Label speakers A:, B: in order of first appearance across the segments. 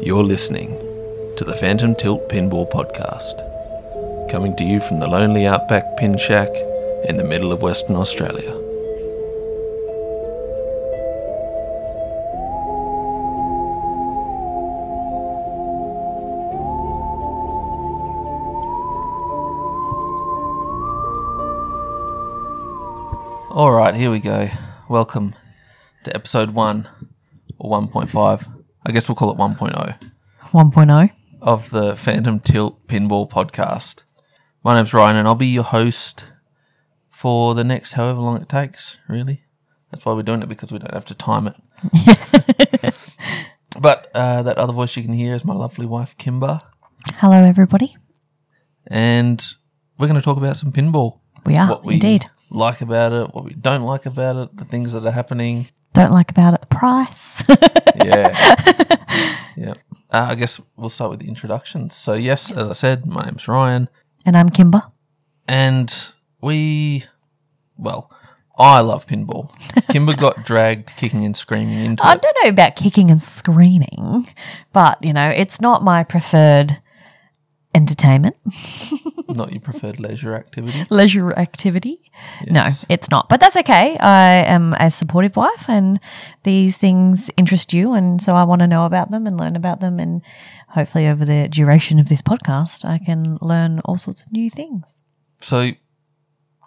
A: You're listening to the Phantom Tilt Pinball Podcast, coming to you from the lonely outback pin shack in the middle of Western Australia. All right, here we go. Welcome to episode 1 or 1.5. I guess we'll call it oh. 1.0
B: 1.0.
A: of the Phantom Tilt Pinball Podcast. My name's Ryan, and I'll be your host for the next however long it takes, really. That's why we're doing it because we don't have to time it. but uh, that other voice you can hear is my lovely wife, Kimber,
B: Hello, everybody.
A: and we're going to talk about some pinball.
B: We are,
A: what we
B: Ah, indeed.
A: like about it, what we don't like about it, the things that are happening,
B: Don't like about it the price.
A: yeah. yeah. Uh, I guess we'll start with the introductions. So, yes, as I said, my name's Ryan,
B: and I'm Kimber.
A: and we, well, I love pinball. Kimber got dragged kicking and screaming into
B: I
A: it.
B: don't know about kicking and screaming, but, you know, it's not my preferred entertainment,
A: Not your preferred leisure activity.
B: leisure activity.
A: Yes.
B: No, it's not. But that's okay. I am a supportive wife, and these things interest you. And so I want to know about them and learn about them. And hopefully, over the duration of this podcast, I can learn all sorts of new things.
A: So,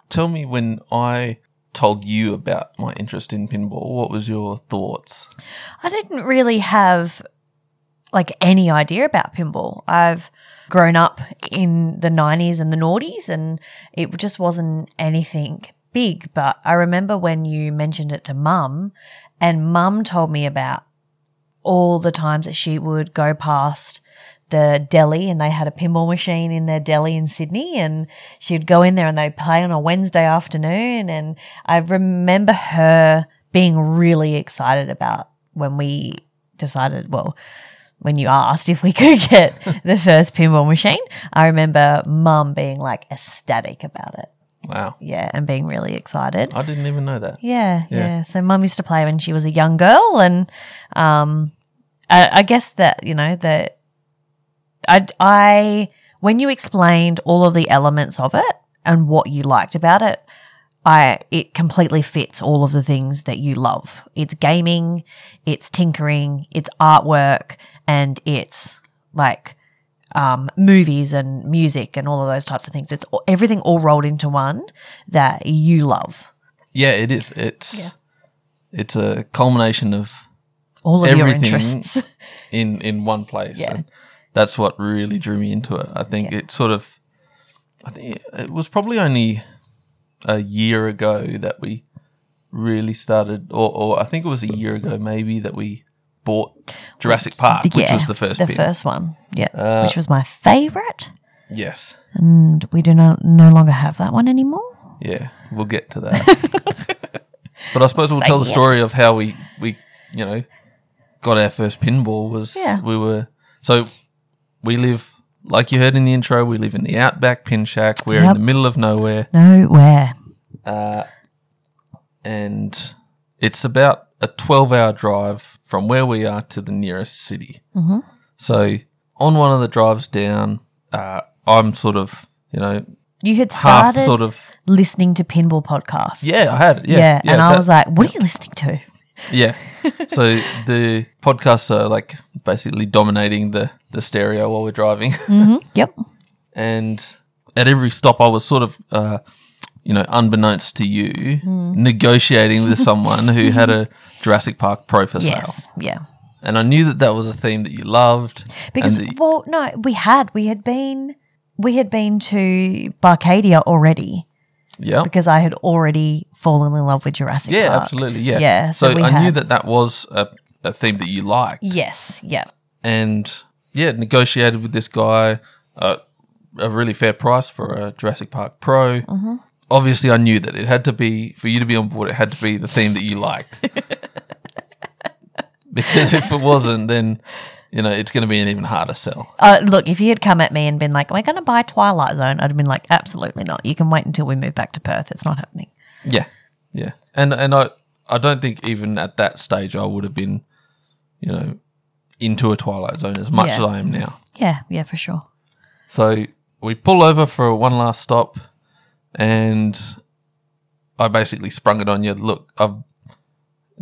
A: tell me when I told you about my interest in pinball, what was your thoughts?
B: I didn't really have like any idea about pinball. I've grown up in the 90s and the noughties and it just wasn't anything big, but I remember when you mentioned it to mum and mum told me about all the times that she would go past the deli and they had a pinball machine in their deli in Sydney and she'd go in there and they'd play on a Wednesday afternoon and I remember her being really excited about when we decided well when you asked if we could get the first pinball machine I remember mum being like ecstatic about it
A: Wow.
B: yeah and being really excited
A: I didn't even know that.
B: yeah,
A: Yeah.
B: yeah. So mum used to play when she was a young girl, and um, I, I guess that you know that I, I when you explained all of the elements of it and what you liked about it, I it completely fits all of the things that you love. It's gaming, it's tinkering, it's artwork, and it's like um, movies and music and all of those types of things. It's all- everything all rolled into one that you love.
A: Yeah, it is. It's
B: Yeah.
A: it's a culmination of
B: all of your
A: everything
B: interests.
A: in in one place.
B: Yeah.
A: And that's what really drew me into it. I think
B: Yeah.
A: it sort of I think it was probably only a year ago that we really started or, or I think it was a year ago maybe that we bought Jurassic Park, which was the first Uh,
B: the
A: pin.
B: first one, yeah, which was my favorite,
A: Yes.
B: and we do not no longer have that one anymore.
A: Yeah. We'll get to that. but I suppose we'll tell the
B: Failure.
A: story of how we we you know got our first pinball was
B: Yeah.
A: we were so we live like you heard in the intro, we live in the outback pin shack. We're
B: Yep.
A: in the middle of nowhere.
B: Nowhere.
A: and it's about a 12 hour drive from where we are to the nearest city. Mm-hmm. So, on one of the drives down, uh, I'm sort of, you know,
B: You had
A: half
B: started
A: sort of.
B: listening to pinball podcasts.
A: Yeah, I had it. Yeah.
B: yeah, and I
A: that-
B: was like, "What are you listening to?"
A: Yeah. so, the podcasts are like basically dominating the, the stereo while we're driving.
B: Mm. Yep,
A: and at every stop, I was sort of, uh, you know, unbeknownst to you,
B: Mm.
A: negotiating with someone who had a Jurassic Park Pro for sale.
B: yes, yeah.
A: and I knew that that was a theme that you loved.
B: Because
A: and the-
B: well, no, we had we had been we had been to Barcadia already
A: yeah,
B: because I had already fallen in love with Jurassic
A: yeah,
B: Park.
A: absolutely, yeah,
B: Yeah,
A: So,
B: so we
A: I knew
B: had-
A: that that was a, a theme that you liked,
B: Yes, yeah,
A: and yeah, negotiated with this guy uh, a really fair price for a Jurassic Park Pro. Obviously, I knew that it had to be for you to be on board. It had to be the theme that you liked, because if it wasn't, then you know it's going to be an even harder sell.
B: Uh, look, if you had come at me and been like, "Am I going to buy Twilight Zone?" I'd have been like, "Absolutely not. You can wait until we move back to Perth. It's not happening."
A: Yeah, yeah, and and I I don't think even at that stage I would have been, you know, into a Twilight Zone as much
B: Yeah.
A: as I am now.
B: Yeah, yeah, for sure.
A: So we pull over for one last stop, and I basically sprung it on you. Look, I've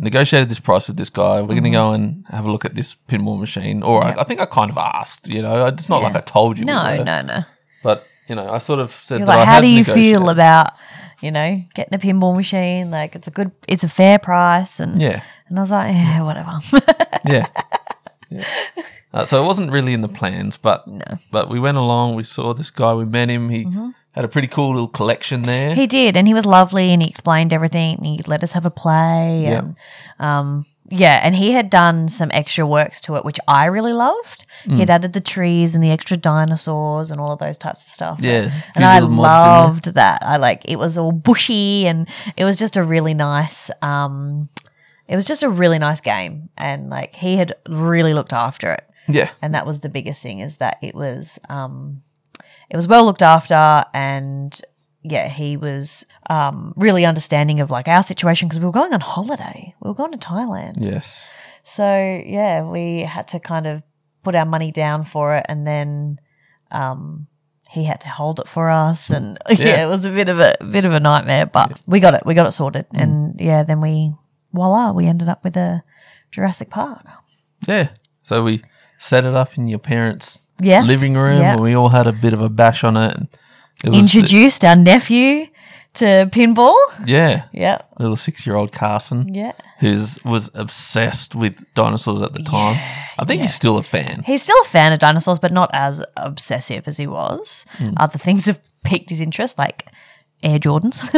A: negotiated this price with this guy. We're going
B: Mm-hmm.
A: to go and have a look at this pinball machine. All right. I think I kind of asked, you know, it's not
B: Yeah.
A: like I told you. we
B: No,
A: were,
B: no, no.
A: But, you know, I sort of said
B: You're
A: that I
B: like, how
A: had
B: do you
A: negotiated.
B: feel about, you know, getting a pinball machine? Like, it's a good, it's a fair price. And,
A: Yeah.
B: and I was like, yeah, whatever.
A: Yeah. Yeah. Uh, so it wasn't really in the plans, but but we went along. We saw this guy. We met him. He had a pretty cool little collection there.
B: Mm-hmm. he did. And he was lovely and he explained everything. And he let us have a play.
A: Yeah.
B: And, um, yeah. And he had done some extra works to it, which I really loved. He
A: Mm.
B: had added the trees and the extra dinosaurs and all of those types of stuff.
A: Yeah, a
B: And
A: few
B: I
A: little mods in there.
B: loved that. I like it was all bushy and it was just a really nice um it was just a really nice game and like he had really looked after it.
A: yeah.
B: And that was the biggest thing is that it was um it was well looked after and yeah, he was um really understanding of like our situation because we were going on holiday. We were going to Thailand.
A: Yes.
B: So yeah, we had to kind of put our money down for it, and then um, he had to hold it for us, and yeah,
A: Yeah.
B: it was a bit of a bit of a nightmare. But we got it, we got it sorted,
A: Mm.
B: and yeah, then we voila, we ended up with a Jurassic Park.
A: Yeah. So we set it up in your parents'
B: Yes,
A: living room,
B: yeah.
A: and we all had a bit of a bash on it. And it was,
B: Introduced our nephew to pinball.
A: yeah,
B: Yeah,
A: little six-year-old Carson,
B: yeah.
A: who was obsessed with dinosaurs at the time. I think he's still a fan.
B: He's still a fan of dinosaurs, but not as obsessive as he was.
A: Hmm.
B: Other things have piqued his interest, like Air Jordans.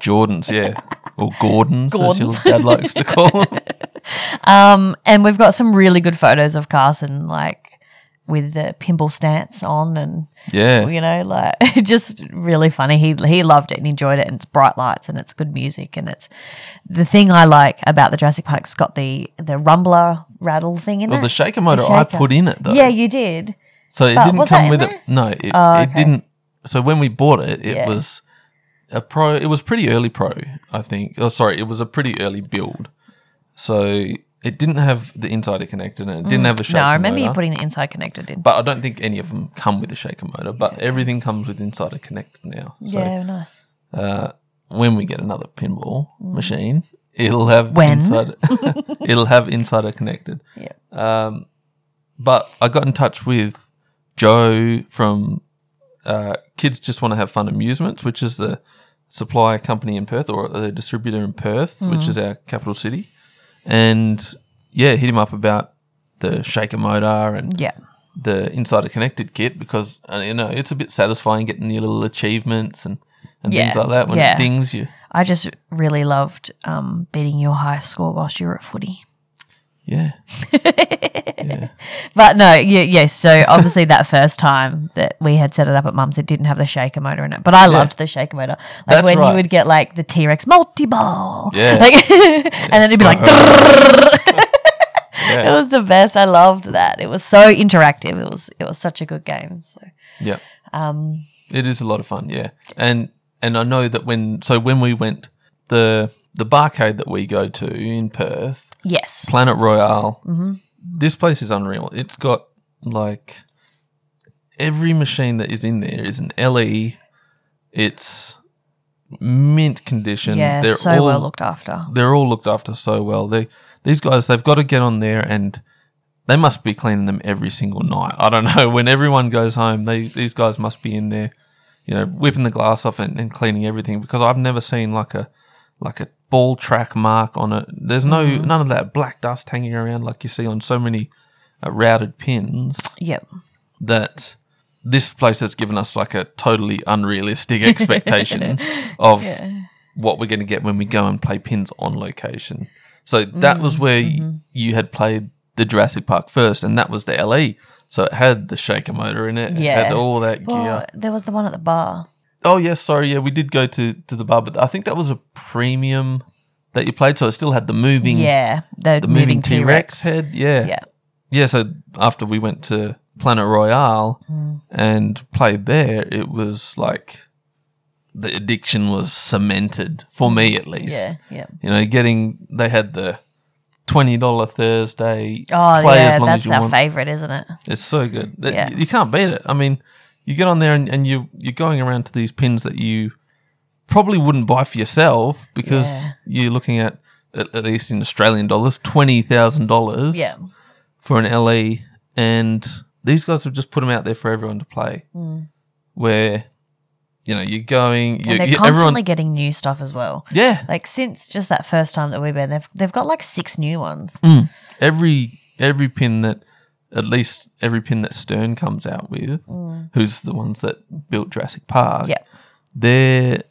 A: Jordans, yeah, or Gordons, as your
B: Gordons.
A: dad likes to call them.
B: and we've got some really good photos of Carson, like with the pinball stance on, and
A: Yeah,
B: you know, like just really funny. He he loved it and enjoyed it, and it's bright lights and it's good music, and it's the thing I like about the Jurassic Park's got the the rumbler rattle thing in
A: well,
B: it.
A: the shaker motor I
B: shaker.
A: put in it though.
B: yeah, you did.
A: So it
B: But
A: didn't
B: was
A: come
B: that in
A: with
B: there?
A: it. No, it,
B: Oh,
A: it
B: okay.
A: didn't. So when we bought it, it
B: Yeah.
A: was a pro. It was pretty early pro, I think. Oh, sorry, it was a pretty early build. So it didn't have the insider connected, and it didn't have the shaker
B: Mm. no, I remember
A: motor.
B: you putting the inside connected in.
A: but I don't think any of them come with a shaker motor. But everything comes with insider connected now. So
B: yeah, nice.
A: uh, when we get another pinball machine, it'll have
B: Mm. When?
A: insider, it'll have insider connected.
B: Yeah.
A: Um, but I got in touch with Joe from uh, Kids Just Want to Have Fun Amusements, which is the supply company in Perth or the distributor in Perth,
B: Mm.
A: which is our capital city. And yeah, hit him up about the shaker motor and
B: Yeah,
A: the Insider Connected kit because uh, you know it's a bit satisfying getting your little achievements and, and things
B: Yeah,
A: like that when
B: yeah.
A: it dings you.
B: I just really loved um, beating your high score whilst you were at footy.
A: Yeah,
B: But no, yeah, yeah. So obviously, that first time that we had set it up at Mum's, it didn't have the shaker motor in it. But I loved the shaker motor, like
A: That's
B: when
A: right.
B: you would get like the T Rex multi ball,
A: Yeah.
B: like, and then it'd be like, it
A: yeah,
B: was the best. I loved that. It was so interactive. It was it was such a good game. So
A: yeah.
B: um,
A: It is a lot of fun. Yeah, and and I know that when so when we went the the barcade that we go to in Perth,
B: yes,
A: Planet Royale,
B: Mm-hmm.
A: this place is unreal. It's got like every machine that is in there is an LE. It's mint condition.
B: yeah,
A: They're
B: so
A: all-
B: well looked after.
A: they're all looked after so well. They these guys they've got to get on there and they must be cleaning them every single night. I don't know. When everyone goes home, they these guys must be in there, you know, whipping the glass off and, and cleaning everything because I've never seen like a like a ball track mark on it. There's no none of that black dust hanging around like you see on so many uh, routed pins
B: Yep.
A: that this place has given us like a totally unrealistic expectation of what we're going to get when we go and play pins on location. So that
B: Mm,
A: was where y-
B: mm-hmm.
A: you had played the Jurassic Park first, and that was the LE. So it had the shaker motor in it. it
B: Yeah.
A: had all that gear.
B: Well, there was the one at the bar.
A: Oh yes, sorry, yeah, we did go to to the bar, but I think that was a premium that you played, so it still had the moving
B: Yeah, the,
A: the
B: moving T
A: T Rex
B: Rex.
A: head. Yeah.
B: Yeah.
A: Yeah, so after we went to Planet Royale
B: Hmm.
A: and played there, it was like the addiction was cemented for me at least.
B: Yeah, yeah,
A: You know, getting they had the twenty dollar Thursday.
B: Oh
A: play
B: yeah,
A: as long
B: that's
A: as you
B: our
A: want.
B: favorite, isn't it?
A: It's so good. That-
B: Yeah.
A: You can't beat it. I mean, you get on there and, and you you're going around to these pins that you probably wouldn't buy for yourself because
B: Yeah.
A: you're looking at, at at least in Australian dollars twenty thousand dollars
B: Yeah.
A: for an LE, and these guys have just put them out there for everyone to play. Where you know you're going, you,
B: Mm. And they're
A: you-
B: constantly
A: everyone,
B: getting new stuff as well.
A: yeah,
B: Like since just that first time that we've been, they've they've got like six new ones.
A: Mm. every every pin that at least every pin that Stern comes out with, who's the ones that built Jurassic Park,
B: Mm. Yeah.
A: they're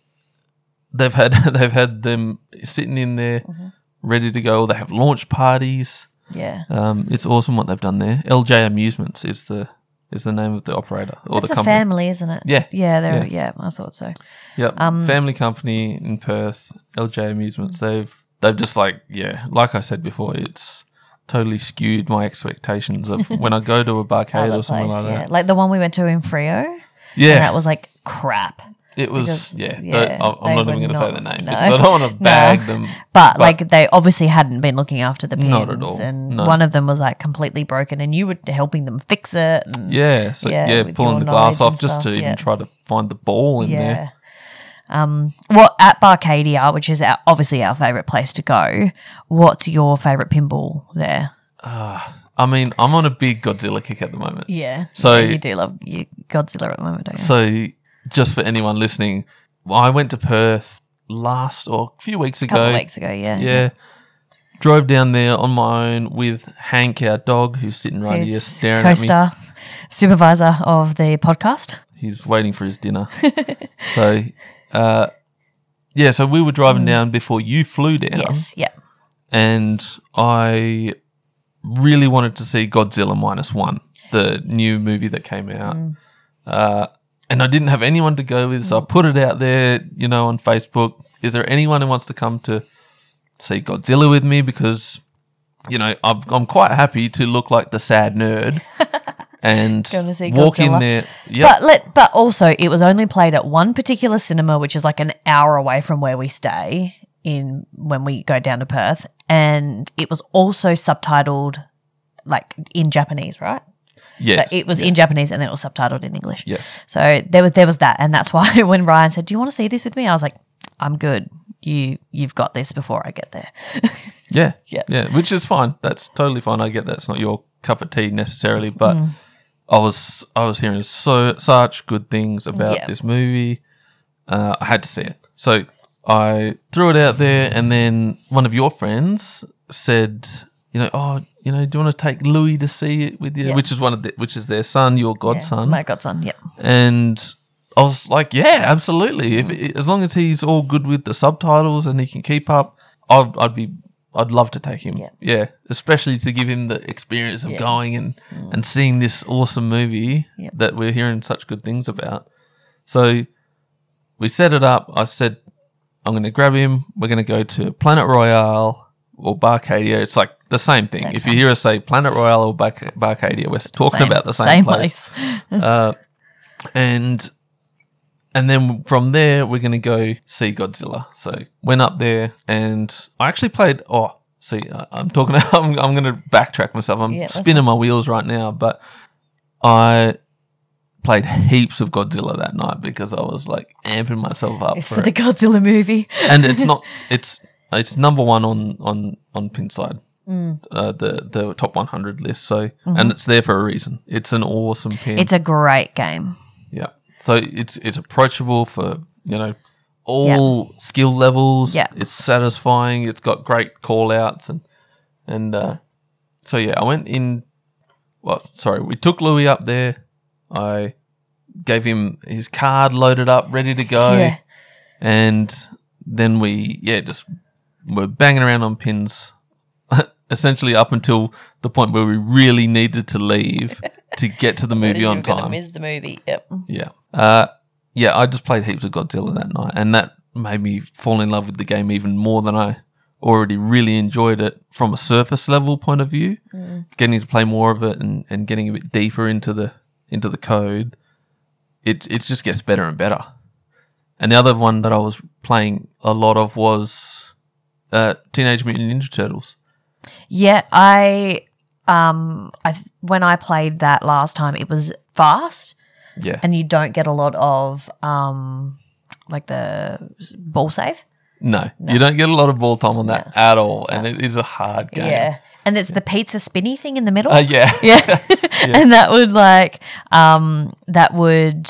A: they've had they've had them sitting in there
B: Mm-hmm.
A: ready to go. They have launch parties.
B: Yeah.
A: Um, it's awesome what they've done there. LJ Amusements is the is the name of the operator or
B: It's
A: the
B: a
A: company.
B: family, isn't it?
A: Yeah.
B: Yeah, they're yeah. I thought so.
A: Yep.
B: Um,
A: Family company in Perth, LJ Amusements. They've they've just like yeah, like I said before, it's totally skewed my expectations of when I go to a barcade
B: Other
A: or something
B: place,
A: like
B: yeah.
A: that.
B: Like the one we went to in Frio.
A: Yeah,
B: And that was like crap.
A: it was
B: because-
A: yeah.
B: yeah,
A: don't- I'm-
B: they
A: I'm not even
B: were
A: going to say
B: not-
A: the name
B: no.
A: because I don't want to
B: No.
A: bag them.
B: But, like they obviously hadn't been looking after the pins,
A: Not at all,
B: and
A: no.
B: one of them was like completely broken, and you were helping them fix it. And
A: Yeah, so
B: Yeah,
A: yeah,
B: with your
A: pulling the glass
B: knowledge and
A: off just
B: stuff,
A: to
B: yeah.
A: even try to find the ball in there.
B: Um, well, at Barcadia, which is our, obviously our favourite place to go, what's your favourite pinball there?
A: I mean, I'm on a big Godzilla kick at the moment.
B: Yeah.
A: So-
B: Yeah, you do love you Godzilla at the moment, don't you?
A: So, just for anyone listening, I went to Perth last or a few weeks
B: a couple
A: ago.
B: of weeks ago, yeah.
A: Yeah. Drove down there on my own with Hank, our dog, who's sitting right here
B: Who's
A: staring at
B: co-star, supervisor of the podcast.
A: me. He's waiting for his dinner. so, uh, yeah, so we were driving down before you flew down,
B: Mm. Yes, yeah.
A: and I really wanted to see Godzilla minus one, the new movie that came out.
B: Mm.
A: Uh, and I didn't have anyone to go with, so I put it out there, you know, on Facebook. Is there anyone who wants to come to see Godzilla with me? Because, you know, I'm, I'm quite happy to look like the sad nerd and
B: Gonna see
A: walk
B: Godzilla.
A: in there. Yeah,
B: But let but also it was only played at one particular cinema, which is like an hour away from where we stay in when we go down to Perth, and it was also subtitled like in Japanese, right?
A: yes,
B: It was in Japanese and then it was subtitled in English.
A: yes.
B: So there was there was that, and that's why when Ryan said, "Do you want to see this with me?" I was like, "I'm good. You you've got this before I get there."
A: Yeah.
B: Yeah.
A: Yeah. Which is fine. That's totally fine. I get that's not your cup of tea necessarily, but
B: Mm.
A: I was I was hearing so such good things about
B: Yeah.
A: this movie. Uh, I had to see it. So I threw it out there and then one of your friends said, you know, oh, you know, do you want to take Louis to see it with you?
B: Yeah.
A: Which is one of the, which is their son, your godson.
B: my godson. Yeah,
A: and I was like, yeah, absolutely.
B: Mm.
A: If as long as he's all good with the subtitles and he can keep up, I'd, I'd be, I'd love to take him.
B: Yeah.
A: especially to give him the experience of going and and seeing this awesome movie
B: Mm. Yeah.
A: that we're hearing such good things about. So we set it up. I said, I'm going to grab him. We're going to go to Planet Royale or Barcadia. It's like the same thing. If you hear us say Planet Royale or Bar- Barcadia, we're talking
B: Same-
A: about the same, place
B: place.
A: and and then from there we're going to go see Godzilla. So went up there and I actually played. Oh, see, I- I'm talking. I'm I'm going to backtrack myself. I'm
B: Yeah, that's
A: spinning my wheels right now, but I played heaps of Godzilla that night because I was like amping myself up
B: It's
A: for,
B: for
A: it.
B: the Godzilla movie.
A: and it's not. It's it's number one on on on Pinside.
B: Mm.
A: Uh, the the top 100 list so and it's there for a reason it's an awesome pin
B: Mm-hmm. It's a great game.
A: yeah. So it's it's approachable for you know all skill levels.
B: Yeah.
A: It's satisfying. It's got great call outs and and uh, so yeah, I went in. Well, sorry, we took Louis up there. I gave him his card loaded up, ready to go,
B: Yeah.
A: and then we yeah just were banging around on pins. Essentially, up until the point where we really needed to leave to get to the movie on time.
B: Miss the movie. Yep.
A: Yeah. Uh, yeah, I just played heaps of Godzilla that night, and that made me fall in love with the game even more than I already really enjoyed it from a surface level point of view.
B: Mm.
A: Getting to play more of it and, and getting a bit deeper into the into the code, it it just gets better and better. And the other one that I was playing a lot of was uh, Teenage Mutant Ninja Turtles.
B: Yeah, I um I th- when I played that last time it was fast
A: Yeah.
B: and you don't get a lot of um like the ball save.
A: No,
B: No.
A: you don't get a lot of ball time on that at all, and it is a hard game.
B: Yeah. And it's the pizza spinny thing in the middle.
A: Uh, yeah.
B: yeah. and that would like um that would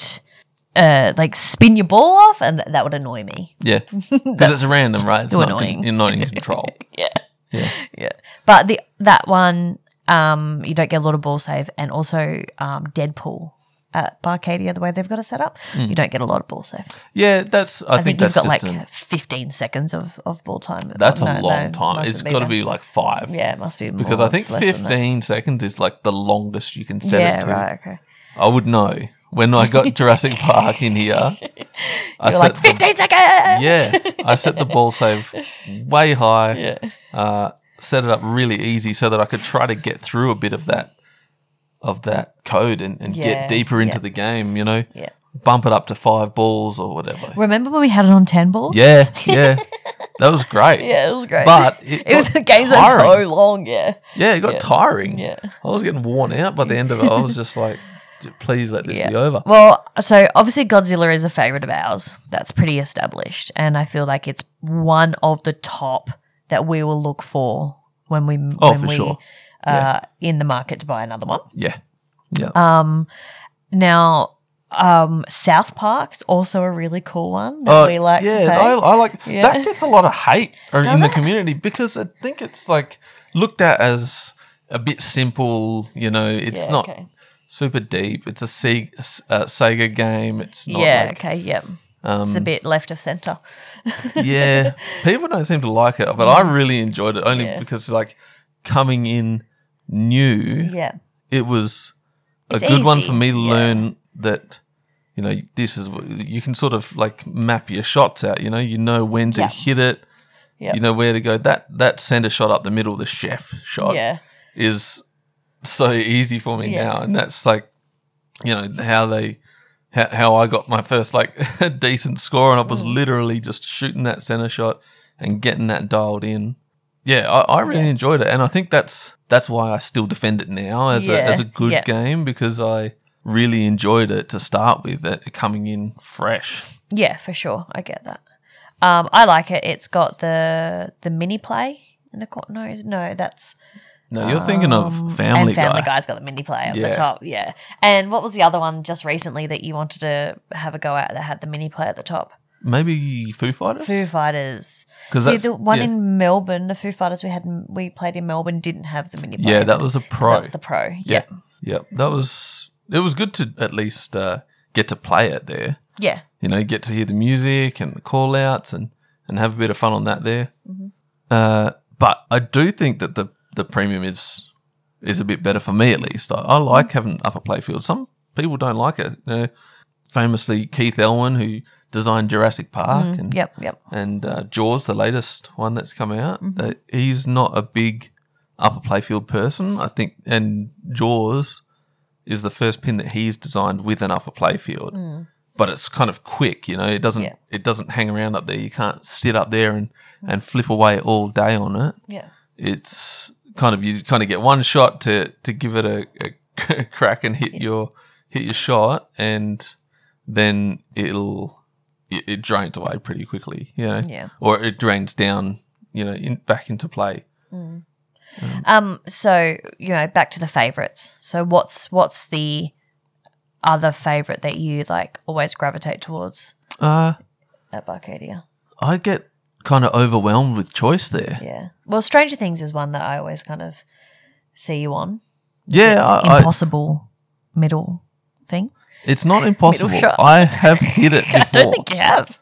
B: uh like spin your ball off and th- that would annoy me.
A: Yeah. Because it's random, right? It's
B: too
A: not con-
B: annoying.
A: you're not in control.
B: Yeah.
A: Yeah.
B: Yeah. But the that one um you don't get a lot of ball save and also um Deadpool at Barcadia the way they've got it set up, you don't get a lot of ball save.
A: Yeah, that's. Hmm. I,
B: I think,
A: think,
B: you've
A: that's
B: got
A: just
B: like
A: an-
B: 15 seconds of, of ball time.
A: that's
B: No,
A: a
B: no,
A: long time.
B: mustn't
A: It's got to
B: that.
A: be like five.
B: Yeah, it must be more.
A: Because I think
B: It's less than that.
A: 15 seconds is like the longest you can set it
B: Yeah,
A: to.
B: right. Okay.
A: I would know. When I got Jurassic Park in here, I
B: You're like
A: set
B: 15 seconds.
A: the, yeah, I set the ball save way high.
B: Yeah.
A: Uh, set it up really easy so that I could try to get through a bit of that of that code and, and
B: Yeah,
A: get deeper into
B: yeah.
A: the game. You know,
B: Yeah.
A: bump it up to five balls or whatever.
B: Remember when we had it on 10 balls?
A: Yeah, yeah, that was great.
B: Yeah, it was great.
A: But it
B: it was
A: got
B: the games were
A: tiring.
B: so long. Yeah.
A: Yeah, it got
B: Yeah.
A: tiring.
B: Yeah.
A: I was getting worn out by the end of it. I was just like, please let this
B: Yeah.
A: be over.
B: Well, so obviously Godzilla is a favorite of ours. That's pretty established, and I feel like it's one of the top that we will look for when we
A: Oh,
B: when
A: for
B: we
A: sure.
B: uh, in the market to buy another one.
A: Yeah,
B: Um, now, um, South Park's also a really cool one that
A: Uh,
B: we like
A: yeah,
B: to play.
A: I, I like
B: Yeah.
A: that gets a lot of hate or in
B: Does
A: the
B: it?
A: community because I think it's like looked at as a bit simple. You know, it's
B: Yeah,
A: not
B: okay.
A: super deep. It's a Se- uh, Sega game. It's not
B: yeah.
A: like,
B: okay. Yep.
A: um,
B: it's a bit left of center.
A: yeah. People don't seem to like it, but I really enjoyed it only
B: Yeah.
A: because like coming in new,
B: Yeah.
A: it was a
B: It's
A: good one for
B: easy,
A: me to
B: yeah.
A: learn that you know this is what- you can sort of like map your shots out you know you know when to
B: Yeah.
A: hit it
B: Yeah.
A: you know where to go that that center shot up the middle the chef shot
B: Yeah.
A: is so easy for me
B: Yeah.
A: now and that's like you know how they how, how I got my first like decent score and I was
B: Mm.
A: literally just shooting that center shot and getting that dialed in yeah I, I really
B: Yeah.
A: enjoyed it and I think that's that's why I still defend it now as a
B: Yeah,
A: as a good
B: yeah.
A: game because I really enjoyed it to start with it coming in fresh
B: Yeah, for sure. I get that. Um, I like it. It's got the the mini play in the corner. No, no, that's
A: no you're thinking of
B: um,
A: Family,
B: and Family
A: Guy
B: Guy's got the mini play at
A: Yeah.
B: the top. Yeah. And what was the other one just recently that you wanted to have a go at that had the mini play at the top?
A: maybe Foo Fighters
B: Foo Fighters.
A: because
B: See, the one
A: yeah,
B: in Melbourne, the Foo Fighters we had in- we played in Melbourne didn't have the mini play.
A: yeah that was a
B: So
A: pro
B: that was the pro. Yeah.
A: Yeah.
B: Yeah.
A: Yeah, that was it was good to at least uh, get to play it there.
B: Yeah.
A: You know, get to hear the music and the call outs and and have a bit of fun on that there. Uh, but I do think that the the premium is is a bit better for me at least. I, I like having upper playfield. Some people don't like it. You know, famously Keith Elwin who designed Jurassic Park and
B: Yep. Yep.
A: and uh, Jaws, the latest one that's come out. Uh, he's not a big upper playfield person, I think, and Jaws is the first pin that he's designed with an upper playfield. But it's kind of quick, you know. It doesn't
B: Yeah.
A: it doesn't hang around up there. You can't sit up there and and flip away all day on it.
B: Yeah.
A: It's kind of you kind of get one shot to to give it a, a crack and hit your hit your shot, and then it'll it, it drains away pretty quickly, you know,
B: Yeah.
A: or it drains down, you know, in, back into play.
B: Um, so you know, back to the favorites. So what's what's the other favorite that you like always gravitate towards
A: Uh,
B: at Barcadia?
A: I get kind of overwhelmed with choice there.
B: Yeah. Well, Stranger Things is one that I always kind of see you on.
A: Yeah,
B: It's
A: I, I,
B: impossible middle thing.
A: it's not impossible.
B: shot.
A: I have hit it
B: I
A: before.
B: don't think you have.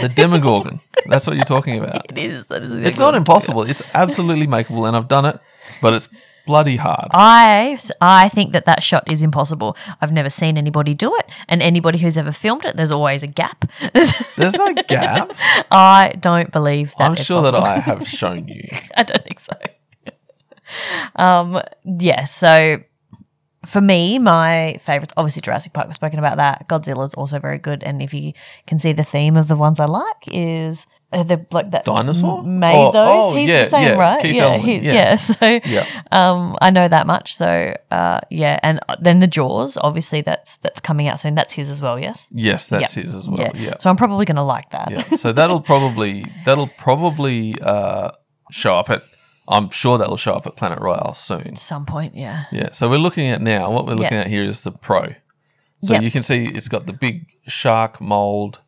A: the Demogorgon. That's what you're talking about.
B: It is. That is
A: It's not impossible. It's absolutely makeable, and I've done it, but it's bloody hard.
B: I, I think that that shot is impossible. I've never seen anybody do it, and anybody who's ever filmed it, there's always a gap.
A: There's no gap.
B: I don't believe that.
A: I'm
B: is
A: sure
B: possible.
A: that I have shown you.
B: I don't think so. um, yeah, so for me, my favorites, obviously Jurassic Park, we've spoken about that. Godzilla's also very good. And if you can see the theme of the ones I like is uh, the like that
A: Dinosaur?
B: m- made
A: Oh,
B: those.
A: oh,
B: He's
A: yeah,
B: the same,
A: yeah,
B: right?
A: Keith
B: yeah,
A: Elman,
B: he-
A: yeah.
B: yeah. So
A: Yeah.
B: um, I know that much. So uh, yeah, and uh, then the Jaws. Obviously, that's that's coming out soon. That's his as well. Yes.
A: Yes, that's
B: Yeah.
A: his as well. Yeah.
B: So I'm probably going to like that.
A: yeah. So that'll probably that'll probably uh, show up at. I'm sure that'll show up at Planet Royale soon.
B: At some point. Yeah.
A: Yeah. So we're looking at now. What we're looking at here is the Pro. So
B: Yep.
A: you can see it's got the big shark mold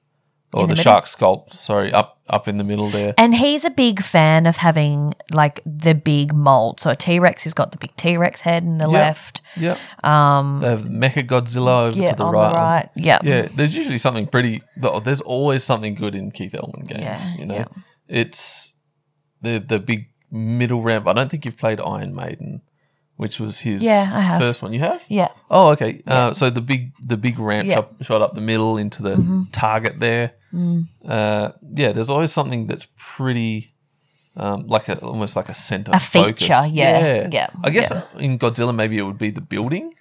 A: or
B: In
A: the,
B: the middle.
A: shark sculpt. Sorry, up up in the middle there.
B: And he's a big fan of having like the big mold. So a T Rex, he's got the big T Rex head in the
A: Yeah.
B: left.
A: Yep.
B: Um,
A: They have Mecha Godzilla over
B: yeah,
A: to the
B: on
A: right.
B: the right. Yeah.
A: Yeah, there's usually something pretty. but There's always something good in Keith Elman games.
B: Yeah,
A: you know,
B: yeah.
A: it's the the big middle ramp. I don't think you've played Iron Maiden, which was his
B: Yeah, I have.
A: first one. You have?
B: Yeah.
A: Oh, okay. Uh, so the big the big ramp
B: Yeah. Mm-hmm.
A: shot, shot up the middle into the target there.
B: Mm.
A: Uh, yeah, there's always something that's pretty, um, like a almost like a center
B: A
A: focus.
B: feature, yeah, yeah,
A: I guess
B: yeah.
A: uh, in Godzilla maybe it would be the building,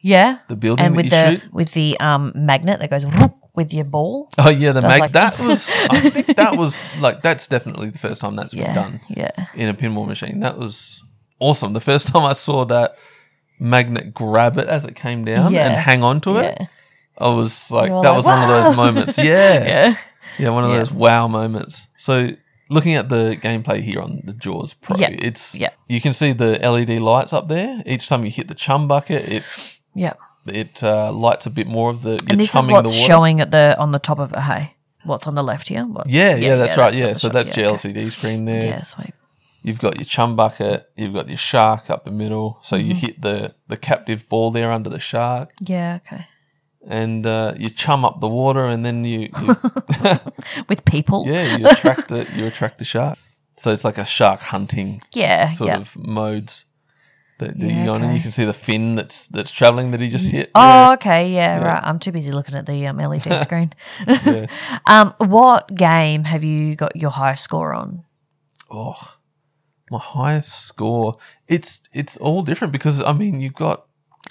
B: Yeah.
A: the building
B: and
A: that
B: with
A: you
B: the
A: shoot.
B: with the um, magnet that goes whoop with your ball.
A: Oh yeah, the
B: That's
A: mag.
B: like-
A: that was. I think that was like that's definitely the first time that's
B: Yeah.
A: been done
B: Yeah.
A: in a pinball machine. That was awesome. The first time I saw that magnet grab it as it came down
B: Yeah.
A: and hang on to it,
B: Yeah.
A: I was like,
B: You were
A: that
B: like,
A: was one of those
B: "Wow."
A: moments. Yeah. yeah,
B: Yeah.
A: one of
B: Yeah.
A: those wow moments. So looking at the gameplay here on the Jaws Pro,
B: Yeah.
A: it's
B: Yeah.
A: you can see the LED lights up there. Each time you hit the chum bucket, it
B: Yeah.
A: it uh, lights a bit more of the. You're
B: And this is
A: chumming the
B: what's
A: water.
B: showing at the on the top of it. Hey, what's on the left here? What?
A: Yeah, yeah, that's right. Yeah,
B: on the
A: so
B: top.
A: that's
B: Yeah,
A: your
B: okay.
A: LCD screen there.
B: Yeah, sweet.
A: You've got your chum bucket. You've got your shark up the middle. So you
B: Mm-hmm.
A: hit the the captive ball there under the shark,
B: Yeah, okay.
A: and uh, you chum up the water, and then you, you
B: With people.
A: yeah you attract the you attract the shark. So it's like a shark hunting
B: Yeah.
A: sort
B: yeah.
A: of modes that that
B: Yeah,
A: you're on, and
B: okay.
A: you can see the fin that's that's traveling that he just hit.
B: Oh, okay, yeah, right. I'm too busy looking at the um, LED screen. um, what game have you got your high score on?
A: oh, my highest score. It's it's all different because I mean you've got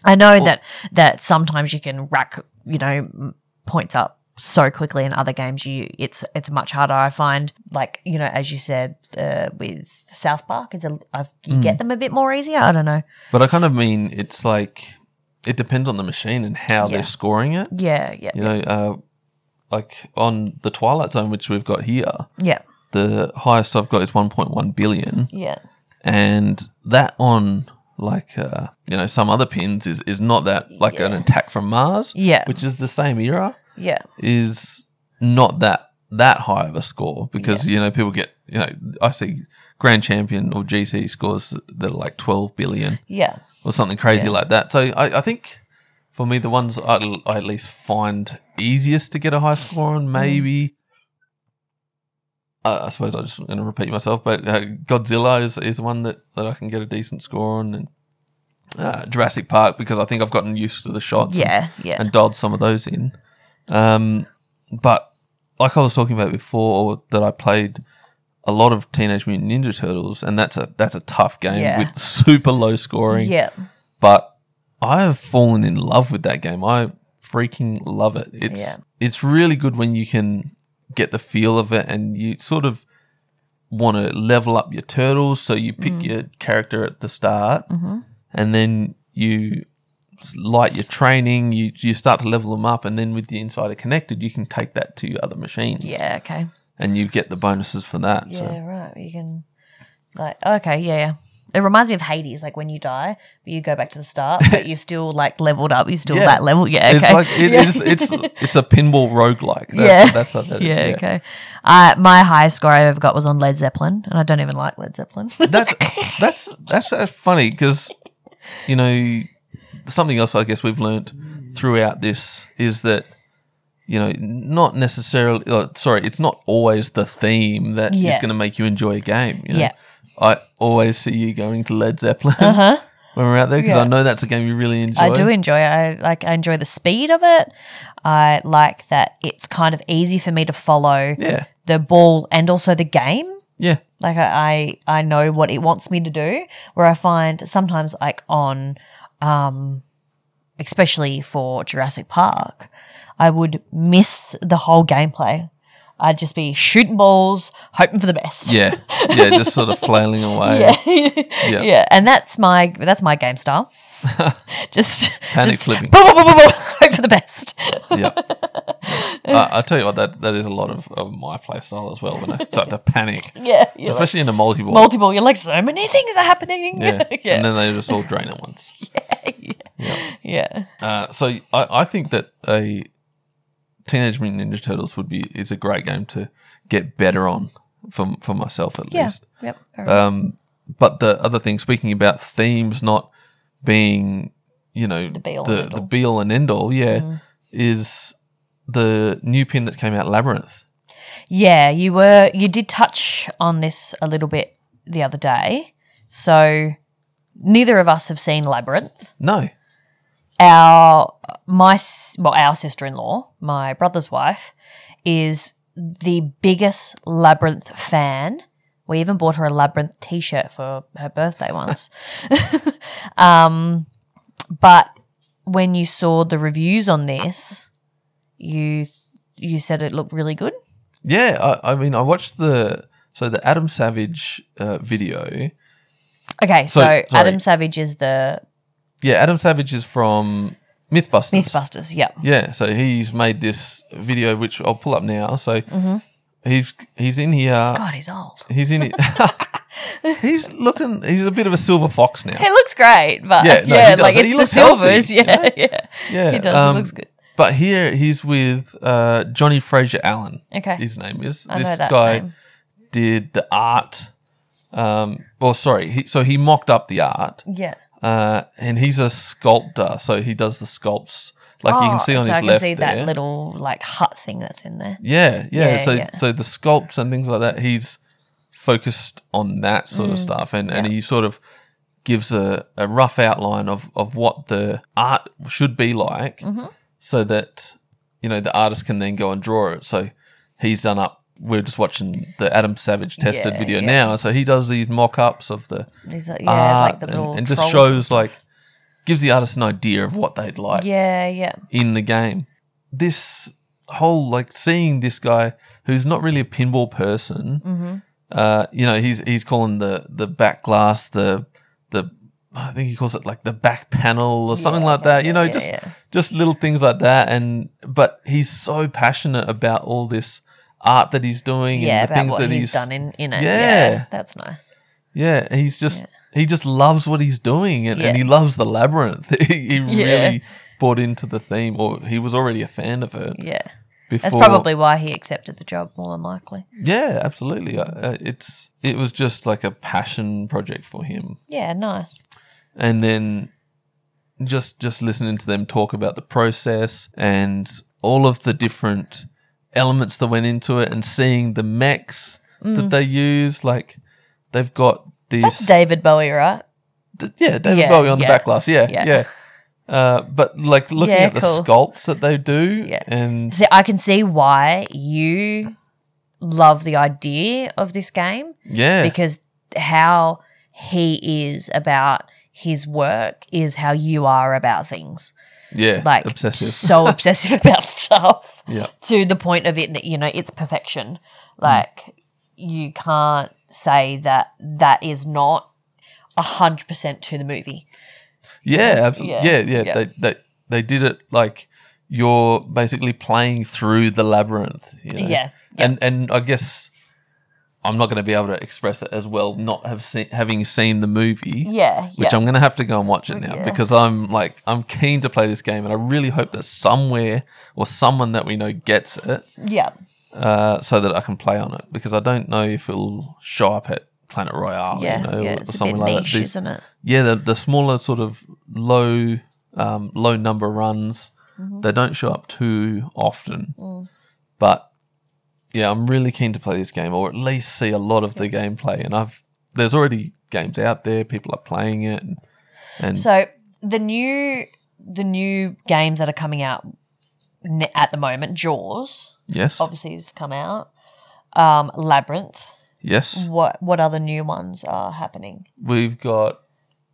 B: I know that that sometimes you can rack, you know, m- points up so quickly in other games you it's it's much harder i find like you know as you said uh, with south park it's a I've, you get them a bit more easier i don't know
A: But I kind of mean it's like it depends on the machine and how
B: Yeah.
A: they're scoring it.
B: yeah yeah
A: You know, uh, like on the Twilight Zone, which we've got here,
B: yeah
A: the highest I've got is 1.1 billion,
B: yeah
A: and that on like uh, you know some other pins is is not that like an attack from Mars,
B: Yeah.
A: which is the same era,
B: yeah
A: is not that that high of a score because you know people get you know I see grand champion or GC scores that are like 12 billion
B: yeah
A: or something crazy like that. So I, I think for me, the ones I, I at least find easiest to get a high score
B: Mm.
A: on, maybe. Uh, I suppose I'm just going to repeat myself, but uh, Godzilla is, is one that, that I can get a decent score on, and uh, Jurassic Park because I think I've gotten used to the shots and-
B: yeah yeah
A: and dialed some of those in. Um, but like I was talking about before, that I played a lot of Teenage Mutant Ninja Turtles, and that's a that's a tough game
B: Yeah.
A: with super low scoring.
B: yeah
A: But I have fallen in love with that game. I freaking love it. It's
B: Yeah.
A: it's really good when you can get the feel of it, and you sort of want to level up your turtles. So you pick
B: Mm.
A: your character at the start,
B: Mm-hmm.
A: and then you light your training, you you start to level them up, and then with the Insider Connected, you can take that to other machines,
B: yeah okay
A: and you get the bonuses for that.
B: Yeah,
A: So.
B: right. You can like okay, yeah, yeah. It reminds me of Hades, like when you die, but you go back to the start, but you've still like leveled up. You're still
A: Yeah.
B: that level. Yeah, okay.
A: It's like it,
B: yeah.
A: it's, it's it's a pinball roguelike. That's,
B: Yeah.
A: that's what that is.
B: yeah, okay. Uh, my highest score I ever got was on Led Zeppelin, and I don't even like Led Zeppelin.
A: that's that's that's, that's funny because you know something else I guess we've learnt throughout this is that you know not necessarily oh, sorry it's not always the theme that is
B: Yeah.
A: going to make you enjoy a game. You know?
B: Yeah.
A: I always see you going to Led Zeppelin
B: huh?
A: when we're out there because
B: Uh-huh. Yeah.
A: I know that's a game you really enjoy.
B: I do enjoy it. I like I enjoy the speed of it. I like that it's kind of easy for me to follow
A: Yeah,
B: the ball and also the game.
A: yeah,
B: Like I, I, I know what it wants me to do. Where I find sometimes like on, um, especially for Jurassic Park, I would miss the whole gameplay. I'd just be shooting balls, hoping for the best.
A: Yeah. Yeah. Just sort of flailing away.
B: Yeah. yeah. And that's my that's my game style. just
A: Panic
B: just
A: flipping.
B: boom, boom, boom, boom, boom, hope for the best.
A: yeah. Uh, I tell you what, that that is a lot of, of my play style as well. When I start to panic,
B: Yeah. You're
A: especially in a multi
B: like,
A: ball,
B: multiple. You're like, so many things are happening.
A: yeah.
B: yeah.
A: and then they just all drain at once.
B: yeah. Yeah.
A: Uh, so I, I think that a Teenage Mutant Ninja Turtles would be is a great game to get better on for for myself at
B: Yeah.
A: least.
B: Yep. All right.
A: Um, but the other thing, speaking about themes not being, you know, the
B: be-all and
A: the,
B: end-all. Mm.
A: be all and end all, yeah, is the new pin that came out, Labyrinth.
B: Yeah, you were you did touch on this a little bit the other day. So neither of us have seen Labyrinth.
A: No,
B: Our my s- well our sister-in-law, my brother's wife is the biggest Labyrinth fan. We even bought her a Labyrinth t-shirt for her birthday once. um but when you saw the reviews on this, you you said it looked really good.
A: yeah, I, I mean, I watched the so the Adam Savage uh, video.
B: Okay,
A: So-
B: so,
A: sorry.
B: Adam Savage is the
A: Yeah, Adam Savage is from Mythbusters.
B: Mythbusters. Yep.
A: Yeah, so he's made this video which I'll pull up now. So he's he's in here.
B: Mm-hmm. God, he's old.
A: He's in it. he's looking. He's a bit of a silver fox now.
B: He looks great, but
A: Yeah,
B: yeah,
A: no, he does.
B: like
A: He
B: it's the
A: looks
B: silvers.
A: healthy, you
B: yeah, yeah,
A: Yeah,
B: He does.
A: um,
B: he looks good.
A: But here he's with uh, Johnny Fraser Allen.
B: Okay.
A: his name is.
B: I
A: this
B: know that
A: guy
B: name.
A: did the art. Um, well, sorry. He, so he mocked up the art,
B: Yeah.
A: uh, and he's a sculptor. So he does the sculpts. Like you
B: Oh,
A: can see on
B: so
A: his
B: I can
A: left
B: see
A: there.
B: that little like hut thing that's in there.
A: Yeah, yeah.
B: Yeah,
A: so
B: yeah.
A: so the sculpts and things like that, he's focused on that sort
B: Mm.
A: of stuff and, and he sort of gives a, a rough outline of, of what the art should be like
B: Mm-hmm.
A: so that, you know, the artist can then go and draw it. So he's done up we're just watching the Adam Savage tested
B: Yeah,
A: video
B: yeah.
A: now. So he does these mock ups of the
B: These are- uh, yeah,
A: art
B: like the
A: Ah, and-
B: little
A: and, just
B: trolls and
A: shows
B: stuff.
A: like gives the artist an idea of what they'd like
B: Yeah, yeah,
A: in the game. This whole like seeing this guy who's not really a pinball person.
B: Mm-hmm.
A: Uh, you know, he's he's calling the the back glass the the I think he calls it like the back panel or something
B: Yeah,
A: like that. You know,
B: yeah,
A: just
B: yeah.
A: just little things like that. And but he's so passionate about all this art that he's doing
B: yeah.
A: and the
B: About
A: things
B: what
A: that
B: he's,
A: he's,
B: done in in it.
A: Yeah.
B: Yeah. that's nice.
A: yeah, he's just he just loves what he's doing, and, and
B: Yeah.
A: he loves the labyrinth. he he
B: Yeah.
A: really bought into the theme, or he was already a fan of it
B: Yeah,
A: before.
B: that's probably why he accepted the job. More than likely.
A: yeah, absolutely. Uh, Uh, it's it was just like a passion project for him,
B: Yeah, nice.
A: and then just just listening to them talk about the process and all of the different elements that went into it, and seeing the mechs that they use, like they've got these.
B: Mm. That's David Bowie, right?
A: Th- yeah, David
B: Yeah,
A: Bowie on the
B: yeah,
A: back glass. Yeah, yeah.
B: yeah.
A: Uh, but like looking
B: Yeah,
A: at the
B: cool.
A: sculpts that they do,
B: Yeah.
A: and
B: See, I can see why you love the idea of this game
A: yeah,
B: because how he is about his work is how you are about things.
A: yeah,
B: Like
A: obsessive.
B: so obsessive about stuff
A: yeah,
B: to the point of it that you know it's perfection.
A: Mm.
B: Like you can't say that that is not hundred percent to the movie.
A: yeah, absolutely. Yeah,
B: Yeah,
A: yeah.
B: yeah.
A: They they they did it like you're basically playing through the labyrinth. You know?
B: Yeah. yeah.
A: and and I guess I'm not going to be able to express it as well, not have seen having seen the movie.
B: yeah, yeah.
A: Which I'm going to have to go and watch it now
B: Yeah.
A: because I'm like I'm keen to play this game and I really hope that somewhere or someone that we know gets it
B: yeah.
A: uh, so that I can play on it because I don't know if it'll show up at Planet Royale,
B: Yeah.
A: you know,
B: yeah.
A: or,
B: It's a bit
A: something like
B: niche,
A: that. These-
B: isn't it?
A: yeah, the, the smaller sort of low um, low number runs,
B: Mm-hmm.
A: they don't show up too often.
B: Mm.
A: But yeah, I'm really keen to play this game or at least see a lot of the gameplay. And I've there's already games out there, people are playing it. And, and
B: So the new the new games that are coming out ne- at the moment, Jaws
A: yes,
B: obviously has come out. Um, Labyrinth.
A: yes,
B: Mm. What what other new ones are happening?
A: we've got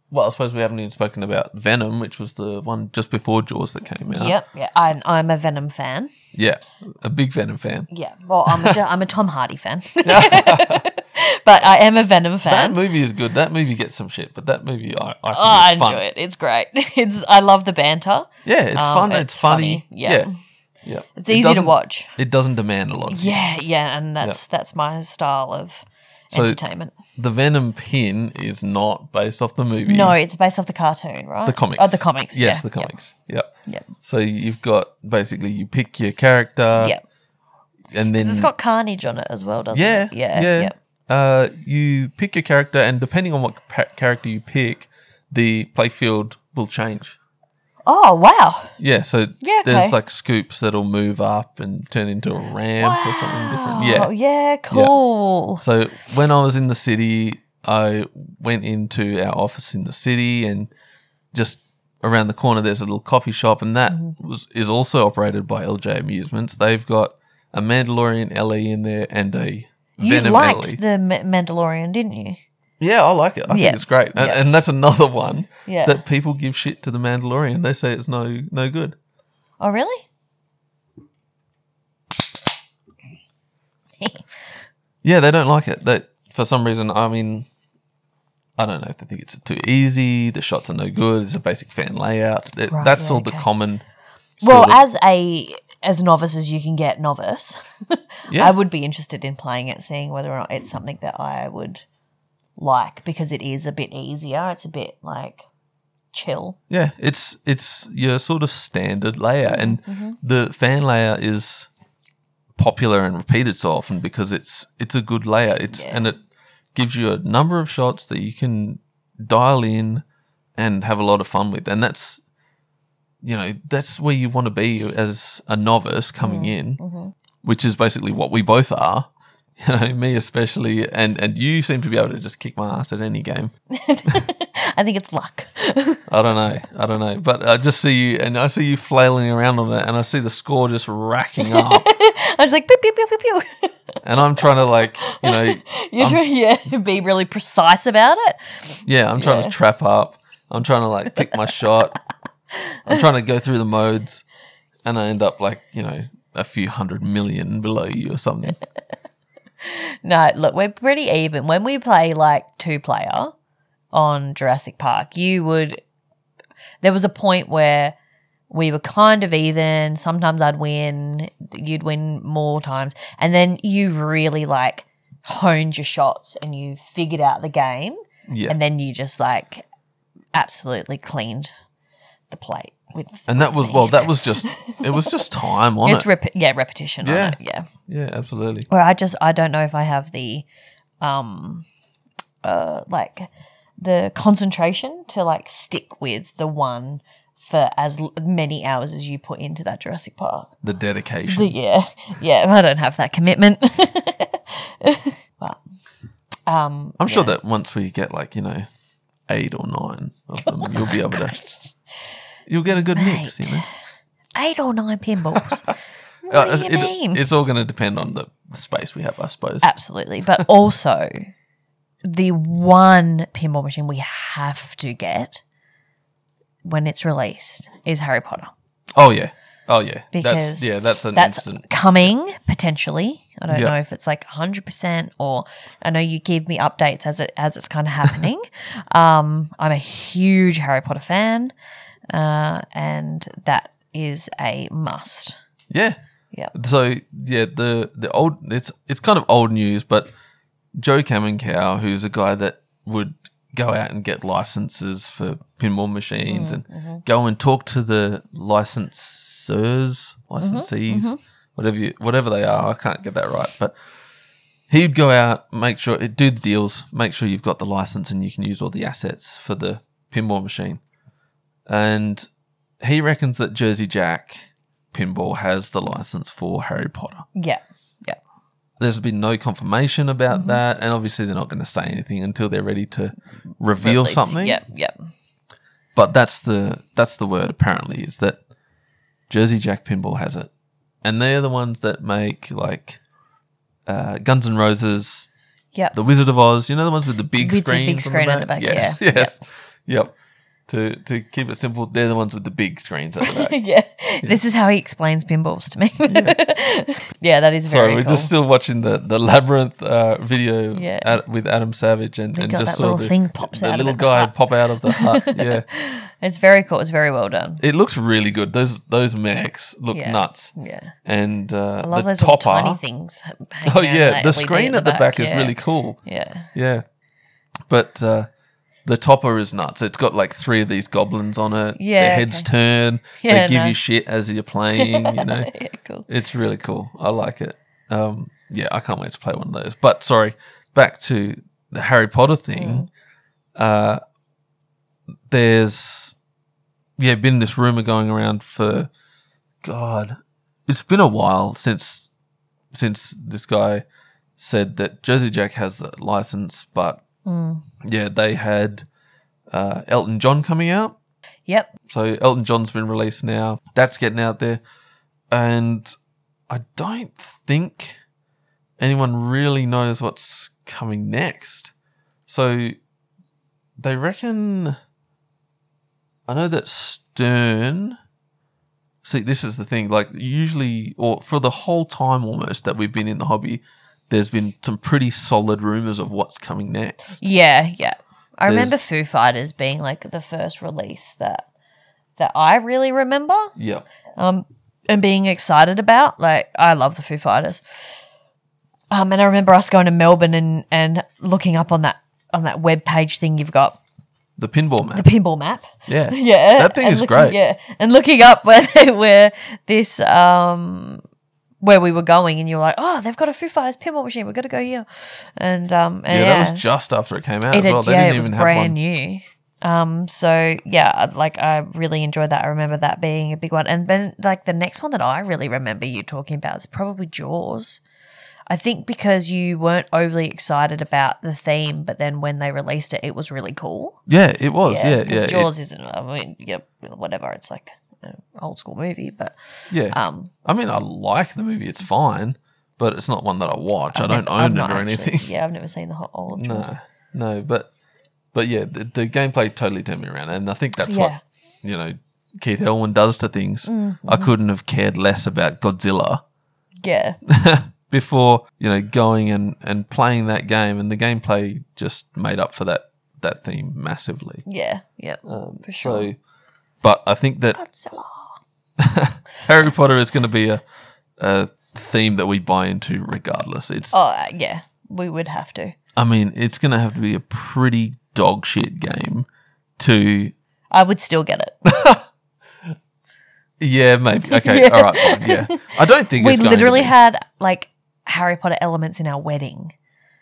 A: Well, I suppose we haven't even spoken about Venom, which was the one just before Jaws that came out.
B: Yep. Yeah. I, I'm a Venom fan.
A: Yeah, a big Venom fan.
B: Yeah. Well, I'm a, I'm a Tom Hardy fan. but I am a Venom
A: That
B: fan.
A: movie is good. That movie gets some shit, but that movie I, I think
B: Oh, I
A: is fun.
B: enjoy it. It's great. It's I love the banter.
A: Yeah, it's
B: Um,
A: fun. It's,
B: it's
A: funny.
B: funny, yeah.
A: yeah, yeah.
B: It's
A: It
B: easy to
A: doesn't-
B: watch.
A: It doesn't demand a lot. of you.
B: Yeah, yeah, and that's that's my style of
A: So-
B: entertainment.
A: The Venom pin is not based off the movie.
B: No, it's based off the cartoon, right?
A: the comics.
B: Oh, the comics.
A: Yes,
B: yeah,
A: the
B: yeah,
A: comics. Yep.
B: Yeah.
A: So you've got basically you pick your character.
B: yeah.
A: And then
B: 'Cause it's got Carnage on it as well, doesn't
A: yeah,
B: it? Yeah, yeah.
A: Uh, you pick your character, and depending on what pa- character you pick, the playfield will change.
B: Oh wow!
A: Yeah, so
B: Yeah, okay.
A: there's like scoops that'll move up and turn into a ramp or something different.
B: Wow,
A: Yeah.
B: Oh, yeah, cool.
A: So when I was in the city, I went into our office in the city, and just around the corner there's a little coffee shop, and that
B: Mm-hmm.
A: was is also operated by LJ Amusements. They've got a Mandalorian LE in there and a
B: You
A: Venom LE.
B: liked the Ma- Mandalorian, didn't you?
A: Yeah, I like it. I
B: Yeah.
A: think it's great, and,
B: Yeah.
A: and that's another one
B: Yeah.
A: that people give shit to the Mandalorian. They say it's no no good.
B: oh really?
A: Yeah, they don't like it. That for some reason, I mean, I don't know if they think it's too easy. The shots are no good. It's a basic fan layout. That-
B: Right,
A: that's
B: yeah,
A: all
B: okay.
A: the common.
B: Well,
A: sort of-
B: as a as novice as you can get novice,
A: Yeah.
B: I would be interested in playing it, seeing whether or not it's something that I would like because it is a bit easier. It's a bit like chill.
A: yeah, it's it's your sort of standard layout, and the fan layout is popular and repeated so often because it's it's a good layout. It's
B: Yeah.
A: and it gives you a number of shots that you can dial in and have a lot of fun with, and that's you know that's where you want to be as a novice coming in, which is basically what we both are. You know, me especially, and and you seem to be able to just kick my ass at any game.
B: I think it's luck.
A: I don't know. I don't know. But I just see you, and I see you flailing around on that, and I see the score just racking up,
B: I was like, pew, pew, pew, pew, pew.
A: and I'm trying to like, you know,
B: You're
A: Um,
B: trying yeah, be really precise about it.
A: yeah, I'm trying to trap up. I'm trying to like pick my shot. I'm trying to go through the modes, and I end up like, you know, a few hundred million below you or something.
B: No, look, we're pretty even. When we play like two player on Jurassic Park, you would. There was a point where we were kind of even. Sometimes I'd win, you'd win more times. And then you really like honed your shots and you figured out the game.
A: Yeah,
B: And then you just like absolutely cleaned the plate with.
A: and that was well, that was just it was just time on
B: It's
A: it.
B: rep- yeah, repetition
A: Yeah.
B: on it. Yeah.
A: yeah, absolutely.
B: Or I just I don't know if I have the um uh like the concentration to like stick with the one for as l- many hours as you put into that Jurassic Park.
A: The dedication.
B: But yeah. Yeah, I don't have that commitment. but um
A: I'm sure
B: yeah.
A: that once we get like you know eight or nine of them, you'll be able to. You'll get a good mix, you know.
B: eight or nine pinballs. what
A: Uh,
B: do you
A: it-
B: mean? Uh,
A: It's all going to depend on the space we have, I suppose.
B: Absolutely. But also, the one pinball machine we have to get when it's released is Harry Potter.
A: oh yeah, oh yeah.
B: Because
A: That's yeah, that's an
B: That's
A: instant.
B: coming potentially. I don't
A: Yeah.
B: know if it's like 100% or I know you give me updates as it as it's kind of happening. um, I'm a huge Harry Potter fan uh, and that is a must.
A: Yeah.
B: Yeah.
A: So yeah, the the old it's it's kind of old news, but Joe Cameron Cow, who's a guy that would go out and get licenses for pinball machines and go and talk to the licensors, licensees, whatever you, whatever they are. I can't get that right, but he'd go out, make sure do the deals, make sure you've got the license and you can use all the assets for the pinball machine. And he reckons that Jersey Jack pinball has the license for Harry Potter.
B: Yeah. Yeah.
A: There's been no confirmation about
B: Mm-hmm.
A: that, and obviously they're not going to say anything until they're ready to reveal
B: Release.
A: something.
B: Yeah. Yeah.
A: But that's the that's the word apparently is that Jersey Jack pinball has it, and they're the ones that make like uh, Guns N' Roses,
B: Yeah.
A: The Wizard of Oz. You know the ones with the big
B: With the
A: screen,
B: big screen on the back,
A: Yes,
B: yeah.
A: yes, Yep. To to keep it simple, they're the ones with the big screens at the back.
B: yeah. This is how he explains pinballs to me. yeah, that is very
A: Sorry, we're
B: cool.
A: just still watching the the labyrinth uh, video
B: Yeah.
A: at, with Adam Savage and,
B: They
A: and
B: got
A: just
B: that
A: saw
B: little
A: the,
B: thing pops
A: the
B: out of
A: little
B: it.
A: guy pop out of the hut. yeah,
B: It's very cool. It's very well done.
A: it looks really good. Those those mechs look
B: Yeah.
A: nuts,
B: Yeah.
A: and uh,
B: I love
A: the
B: those little
A: topper.
B: tiny things. h- hanging
A: Oh
B: around
A: yeah,
B: that
A: the
B: LED
A: screen at the back, is
B: yeah.
A: really cool.
B: Yeah.
A: Yeah, but uh, the topper is nuts. It's got like three of these goblins on it.
B: Yeah,
A: their heads
B: okay.
A: turn.
B: Yeah,
A: they give
B: no.
A: you shit as you're playing. you know,
B: yeah, cool.
A: It's really cool. I like it. Um, yeah, I can't wait to play one of those. But sorry, back to the Harry Potter thing. Uh, there's yeah been this rumor going around for God, it's been a while since since this guy said that Jersey Jack has the license, but
B: Mm.
A: yeah, they had uh, Elton John coming out.
B: Yep.
A: So Elton John's been released now. That's getting out there. And I don't think anyone really knows what's coming next. So they reckon. I know that Stern. See, this is the thing. Like, usually, or for the whole time almost that we've been in the hobby, there's been some pretty solid rumors of what's coming next.
B: Yeah, yeah. I
A: There's-
B: remember Foo Fighters being like the first release that that I really remember
A: Yeah.
B: um, and being excited about. Like, I love the Foo Fighters. Um, and I remember us going to Melbourne and and looking up on that on that web page thing you've got
A: The pinball
B: the
A: map.
B: pinball map.
A: Yeah.
B: Yeah,
A: That thing
B: and
A: is
B: looking-
A: great.
B: Yeah, and looking up where where this um where we were going, and you were like, oh, they've got a Foo Fighters pinball machine. We've got to go here, and um and
A: Yeah,
B: yeah,
A: that was just after it came out
B: it
A: as
B: had-
A: well. They
B: yeah,
A: didn't
B: it was
A: even have one.
B: brand new. Um, so yeah, I'd- like I really enjoyed that. I remember that being a big one, and then like the next one that I really remember you talking about is probably Jaws. I think because you weren't overly excited about the theme, but then when they released it, it was really cool.
A: Yeah, it was. Yeah, yeah,
B: because
A: it-
B: Jaws is isn't. I mean, yep, whatever. It's like an old school movie, but
A: yeah.
B: um,
A: I mean, I like the movie; it's fine, but it's not one that I watch. I
B: I've
A: don't
B: never- I've
A: own
B: not
A: it or
B: actually-
A: anything.
B: Yeah, I've never seen the whole old Jaws.
A: no, no, but but yeah, the, the gameplay totally turned me around, and I think that's
B: Yeah. Mm-hmm.
A: what you know Keith Elwin does to things. I couldn't have cared less about Godzilla
B: Yeah,
A: before you know going and and playing that game, and the gameplay just made up for that that theme massively.
B: yeah, yeah,
A: Um,
B: for sure.
A: So, but I think that
B: Godzilla.
A: Harry Potter is going to be a, a theme that we buy into regardless. It's,
B: Oh uh, yeah, we would have to.
A: I mean, it's going to have to be a pretty dog shit game to,
B: I would still get it.
A: yeah, maybe. Okay, all right, fine, yeah. I don't think
B: we
A: it's going
B: literally
A: to be.
B: had like Harry Potter elements in our wedding.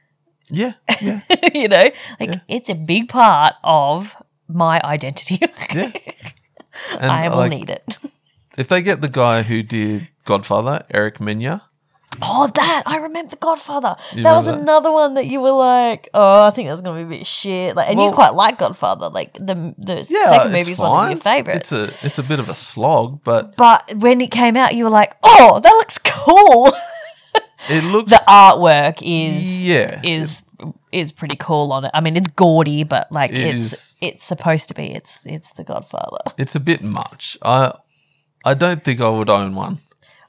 A: yeah, yeah,
B: you know, like it's a big part of my identity.
A: yeah. And
B: I will
A: like,
B: need it.
A: if they get the guy who did Godfather, Eric Menya,
B: Oh, that I remember The Godfather.
A: You
B: that was
A: remember that?
B: another one that you were like, "Oh, I think that's gonna be a bit shit." Like, and
A: Well-
B: you quite like Godfather. Like the the
A: yeah,
B: second
A: it's
B: movie is one of
A: fine.
B: your favorites.
A: It's a, it's a bit of a slog, but
B: but when it came out, you were like, "Oh, that looks cool."
A: it looks,
B: the artwork is
A: yeah,
B: is is pretty cool on it. I mean, it's gaudy, but like
A: It
B: it's
A: is.
B: it's supposed to be. It's it's The Godfather.
A: it's a bit much. I, I don't think I would own one.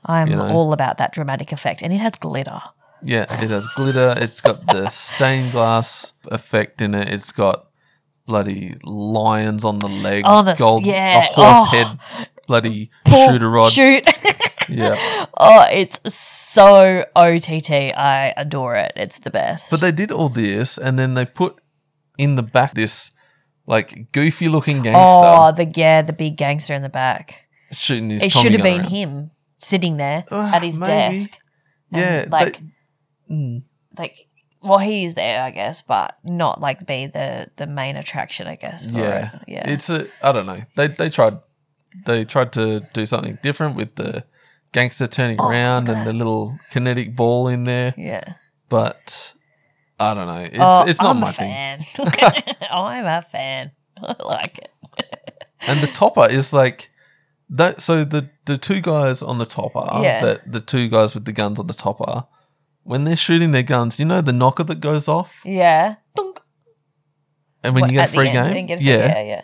B: I'm
A: know.
B: all about that dramatic effect, and it has glitter.
A: Yeah, it has glitter. It's got the stained glass effect in it. It's got bloody lions on the legs.
B: Oh, that's-
A: A
B: yeah.
A: horse
B: Oh.
A: head. Bloody
B: Pull-
A: shooter rod.
B: Shoot.
A: yeah.
B: Oh, it's so OTT. I adore it. It's the best.
A: But they did all this, and then they put in the back this like goofy looking gangster
B: oh, the yeah, the big gangster in the back.
A: shooting his.
B: It
A: Tommy
B: should have
A: gun
B: been
A: around.
B: him sitting there
A: Ugh,
B: at his
A: maybe.
B: desk. and,
A: Yeah, they-
B: like
A: Mm.
B: like well, he is there, I guess, but not like be the the main attraction, I guess. For
A: yeah,
B: it. yeah.
A: It's a I don't know. They they tried they tried to do something different with the gangster turning
B: Oh,
A: around
B: look at
A: and the little kinetic ball in there.
B: yeah.
A: but I don't know. It's
B: oh,
A: it's not
B: I'm
A: my
B: a
A: thing.
B: fan. I'm a fan. I like it.
A: And the topper is like that. So the the two guys on the topper,
B: Yeah.
A: the, the two guys with the guns on the topper, when they're shooting their guns, you know the knocker that goes off.
B: Yeah. Dunk.
A: and when
B: What,
A: you get
B: at
A: a
B: the
A: free
B: end,
A: game,
B: and get a free-
A: yeah,
B: yeah, Mm-hmm. yeah.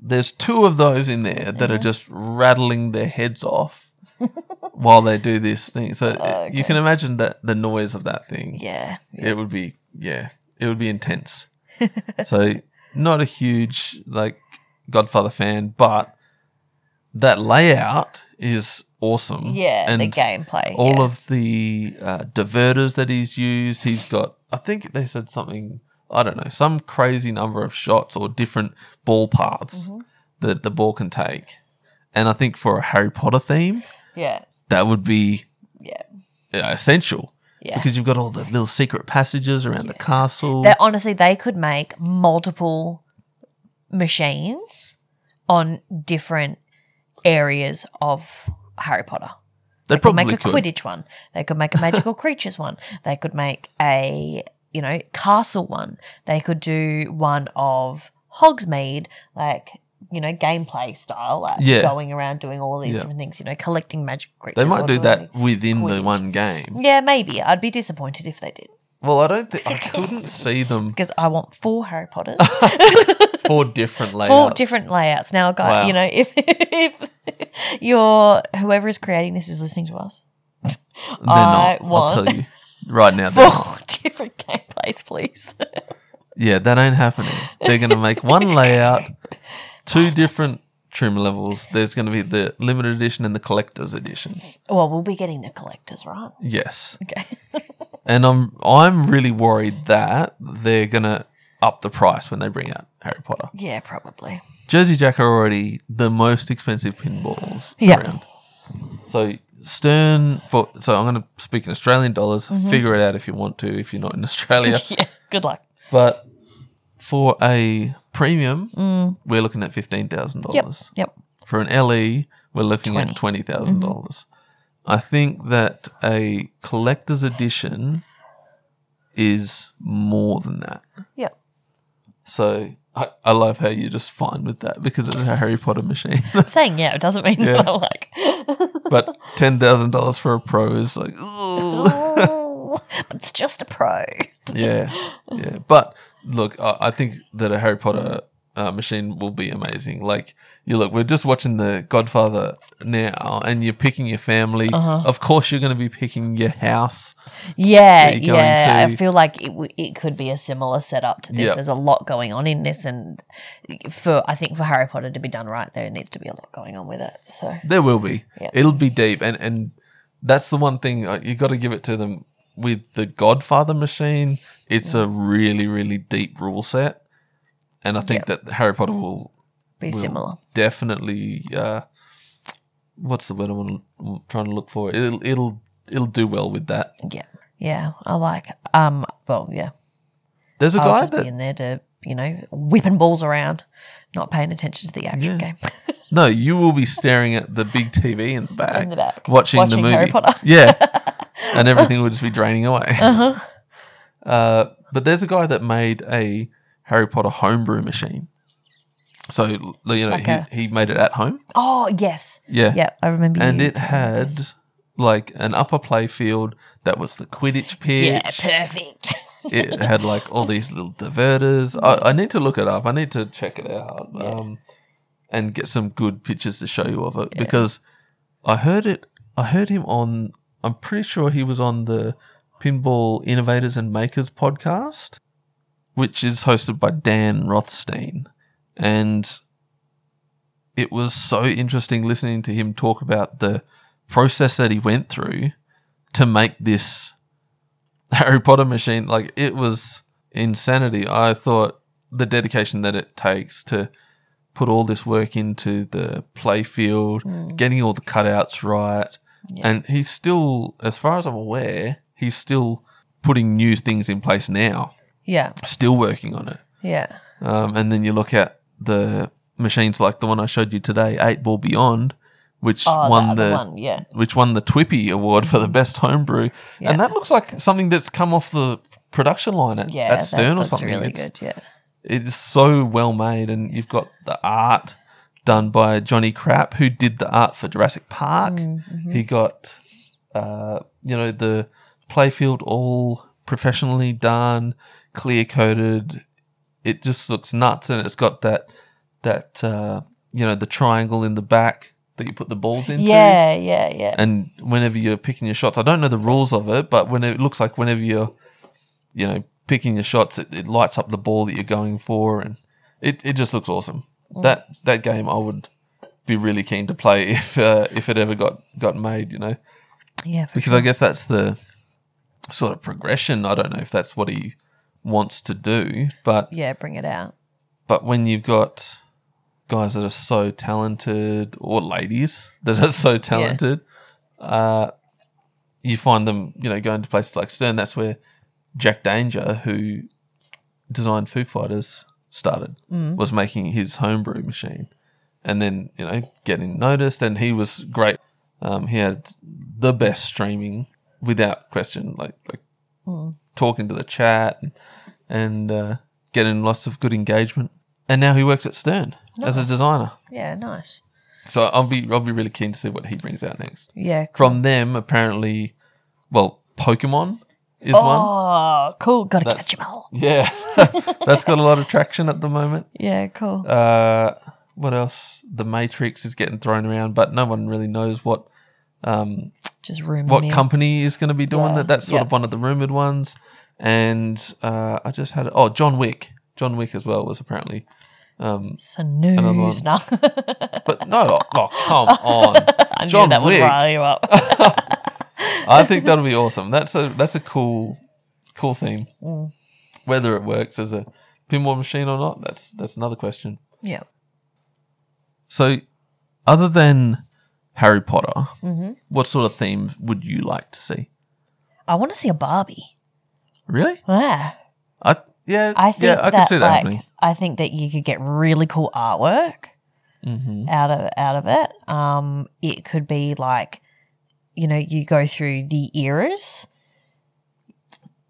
A: there's two of those in there that are just rattling their heads off while they do this thing. So
B: Oh,
A: it- you can imagine that the noise of that thing.
B: Yeah.
A: It would be yeah, it would be intense. so not a huge like Godfather fan, but that layout is awesome.
B: Yeah,
A: and
B: the gameplay.
A: all
B: yeah.
A: of the uh, diverters that he's used. He's got, I think they said something, I don't know, some crazy number of shots or different ball paths
B: Mm-hmm.
A: that the ball can take. And I think for a Harry Potter theme,
B: yeah,
A: that would be
B: yeah,
A: uh, essential
B: yeah.
A: because you've got all the little secret passages around the castle.
B: That honestly, they could make multiple machines on different areas of Harry Potter.
A: they
B: They could
A: probably
B: make a
A: could.
B: Quidditch one. They could make a magical creatures one. They could make a you know castle one. They could do one of Hogsmeade, like you know gameplay style, like
A: Yeah.
B: going around doing all these
A: Yeah.
B: different things. You know, collecting magic creatures.
A: They
B: or
A: might do
B: doing-
A: that within the
B: Quidditch.
A: one game.
B: Yeah, maybe. I'd be disappointed if they did
A: Well, I don't think I couldn't see them
B: because I want four Harry Potters,
A: four different layouts.
B: four different layouts. Now, guys,
A: Wow.
B: you know, if if your whoever is creating this is listening to us,
A: They're
B: I
A: not. I'll tell
B: want
A: you right now. they're not.
B: four different gameplays, please.
A: Yeah, that ain't happening. They're going to make one layout, two different trim levels. There's going to be the limited edition and the collector's edition.
B: Well, we'll be getting the collectors, right?
A: Yes.
B: Okay.
A: And I'm I'm really worried that they're going to up the price when they bring out Harry Potter.
B: yeah, probably.
A: Jersey Jack are already the most expensive pinballs
B: Yeah.
A: around. So Stern for so I'm going to speak in Australian dollars.
B: Mm-hmm.
A: Figure it out if you want to if you're not in Australia.
B: Yeah. Good luck.
A: but for a premium, we're looking at $15,000.
B: Yep. Mm. Yep.
A: For an LE, we're looking at twenty dollars.
B: Mm-hmm.
A: I think that a collector's edition is more than that.
B: Yep.
A: So I, I love how you're just fine with that because it's a Harry Potter machine.
B: I'm saying yeah. It doesn't mean
A: Yeah.
B: that I like.
A: but ten thousand dollars for a pro is like, ugh.
B: Ooh, Oh, but it's just a pro.
A: yeah, yeah. But look, I, I think that a Harry Potter uh, machine will be amazing. Like, you look, we're just watching The Godfather now, and you're picking your family. Of course, you're going to be picking your house.
B: Yeah,
A: you're going
B: yeah. I
A: to-
B: feel like it, w- it could be a similar setup to this.
A: Yep.
B: There's a lot going on in this, and for I think for Harry Potter to be done right, there needs to be a lot going on with it. So
A: There will be.
B: Yep.
A: It'll be deep, and and that's the one thing uh, you got to give it to them with the Godfather machine. It's a really really deep rule set, and I think that Harry Potter will
B: be
A: will
B: similar.
A: Definitely. Uh, what's the word I'm l- trying to look for? It'll it'll it'll do well with that.
B: Yeah, yeah. I like. Um. Well, yeah.
A: There's a
B: I'll
A: guy
B: just
A: that
B: be in there to you know whipping balls around, not paying attention to the actual
A: Yeah.
B: game.
A: no, you will be staring at the big TV in the back,
B: In the back,
A: watching, the
B: watching
A: movie.
B: Harry Potter.
A: Yeah, and everything will just be draining away. Uh-huh. but there's a guy that made a Harry Potter homebrew machine. So you know
B: Like
A: he,
B: a-
A: he made it at home.
B: oh yes.
A: Yeah,
B: Yeah, I remember.
A: and
B: you
A: it
B: telling me
A: had
B: this.
A: like an upper play field that was the Quidditch pitch.
B: Yeah, perfect.
A: it had like all these little diverters. I, I need to look it up. I need to check it out um, and get some good pictures to show you of it because I heard it. I heard him on. I'm pretty sure he was on the Pinball Innovators and Makers podcast, which is hosted by Dan Rothstein, and it was so interesting listening to him talk about the process that he went through to make this Harry Potter machine. Like it was insanity. I thought the dedication that it takes to put all this work into the play field,
B: Hmm.
A: getting all the cutouts right. And he's still, as far as I'm aware, he's still putting new things in place now,
B: yeah,
A: still working on it.
B: yeah,
A: Um, and then you look at the machines like the one I showed you today, Eight Ball Beyond, which
B: oh,
A: won
B: the,
A: the
B: other one, yeah,
A: which won the Twippy Award for the best homebrew,
B: Mm. Yeah.
A: and that looks like something that's come off the production line at,
B: yeah.
A: at Stern
B: that
A: or
B: looks
A: something.
B: Really
A: it's,
B: good, yeah.
A: it's so well made, and you've got the art done by Johnny Crapp, who did the art for Jurassic Park.
B: Mm-hmm.
A: He got, uh, you know, the playfield all professionally done, clear coated. it just looks nuts, and it's got that that uh, you know the triangle in the back that you put the balls into.
B: Yeah, yeah, yeah.
A: And whenever you're picking your shots, I don't know the rules of it, but when it looks like whenever you're you know picking your shots, it, it lights up the ball that you're going for, and it, it just looks awesome. That that game, I would be really keen to play if uh, if it ever got got made. You know
B: yeah, for
A: because I guess that's the sort of progression. I don't know if that's what he wants to do, but
B: yeah, bring it out.
A: but when you've got guys that are so talented or ladies that are so talented, uh, you find them, you know, going to places like Stern. That's where Jack Danger, who designed Foo Fighters, started, was making his homebrew machine. And then, you know, getting noticed. And he was great. Um, he had the best streaming without question, like, like talking to the chat and, uh, getting lots of good engagement. And now he works at Stern as a designer.
B: Yeah, nice.
A: So I'll be I'll be really keen to see what he brings out next.
B: Yeah, cool.
A: From them, apparently, well, Pokemon is one.
B: Oh, cool. Got to catch them all.
A: Yeah, that's got a lot of traction at the moment.
B: Yeah, cool.
A: Uh, what else? The Matrix is getting thrown around, but no one really knows what
B: Just room.
A: what
B: in.
A: company is going to be doing
B: Yeah.
A: that. That's sort
B: Yeah.
A: of one of the rumored ones. And uh, I just had oh John Wick, John Wick as well was apparently.
B: So news now.
A: But no, oh, oh, come on,
B: I knew
A: John
B: that would
A: Wick.
B: rile you up.
A: I think that'll be awesome. That's a that's a cool cool theme.
B: Mm.
A: Whether it works as a pinball machine or not, that's that's another question.
B: yeah.
A: So, other than Harry Potter,
B: Mm-hmm.
A: what sort of theme would you like to see?
B: I want to see a Barbie.
A: Really?
B: Yeah.
A: I yeah,
B: I think
A: yeah, I
B: that,
A: could see that
B: like,
A: happening.
B: I think that you could get really cool artwork
A: Mm-hmm. Mm.
B: out of out of it. Um, it could be like, you know, you go through the eras.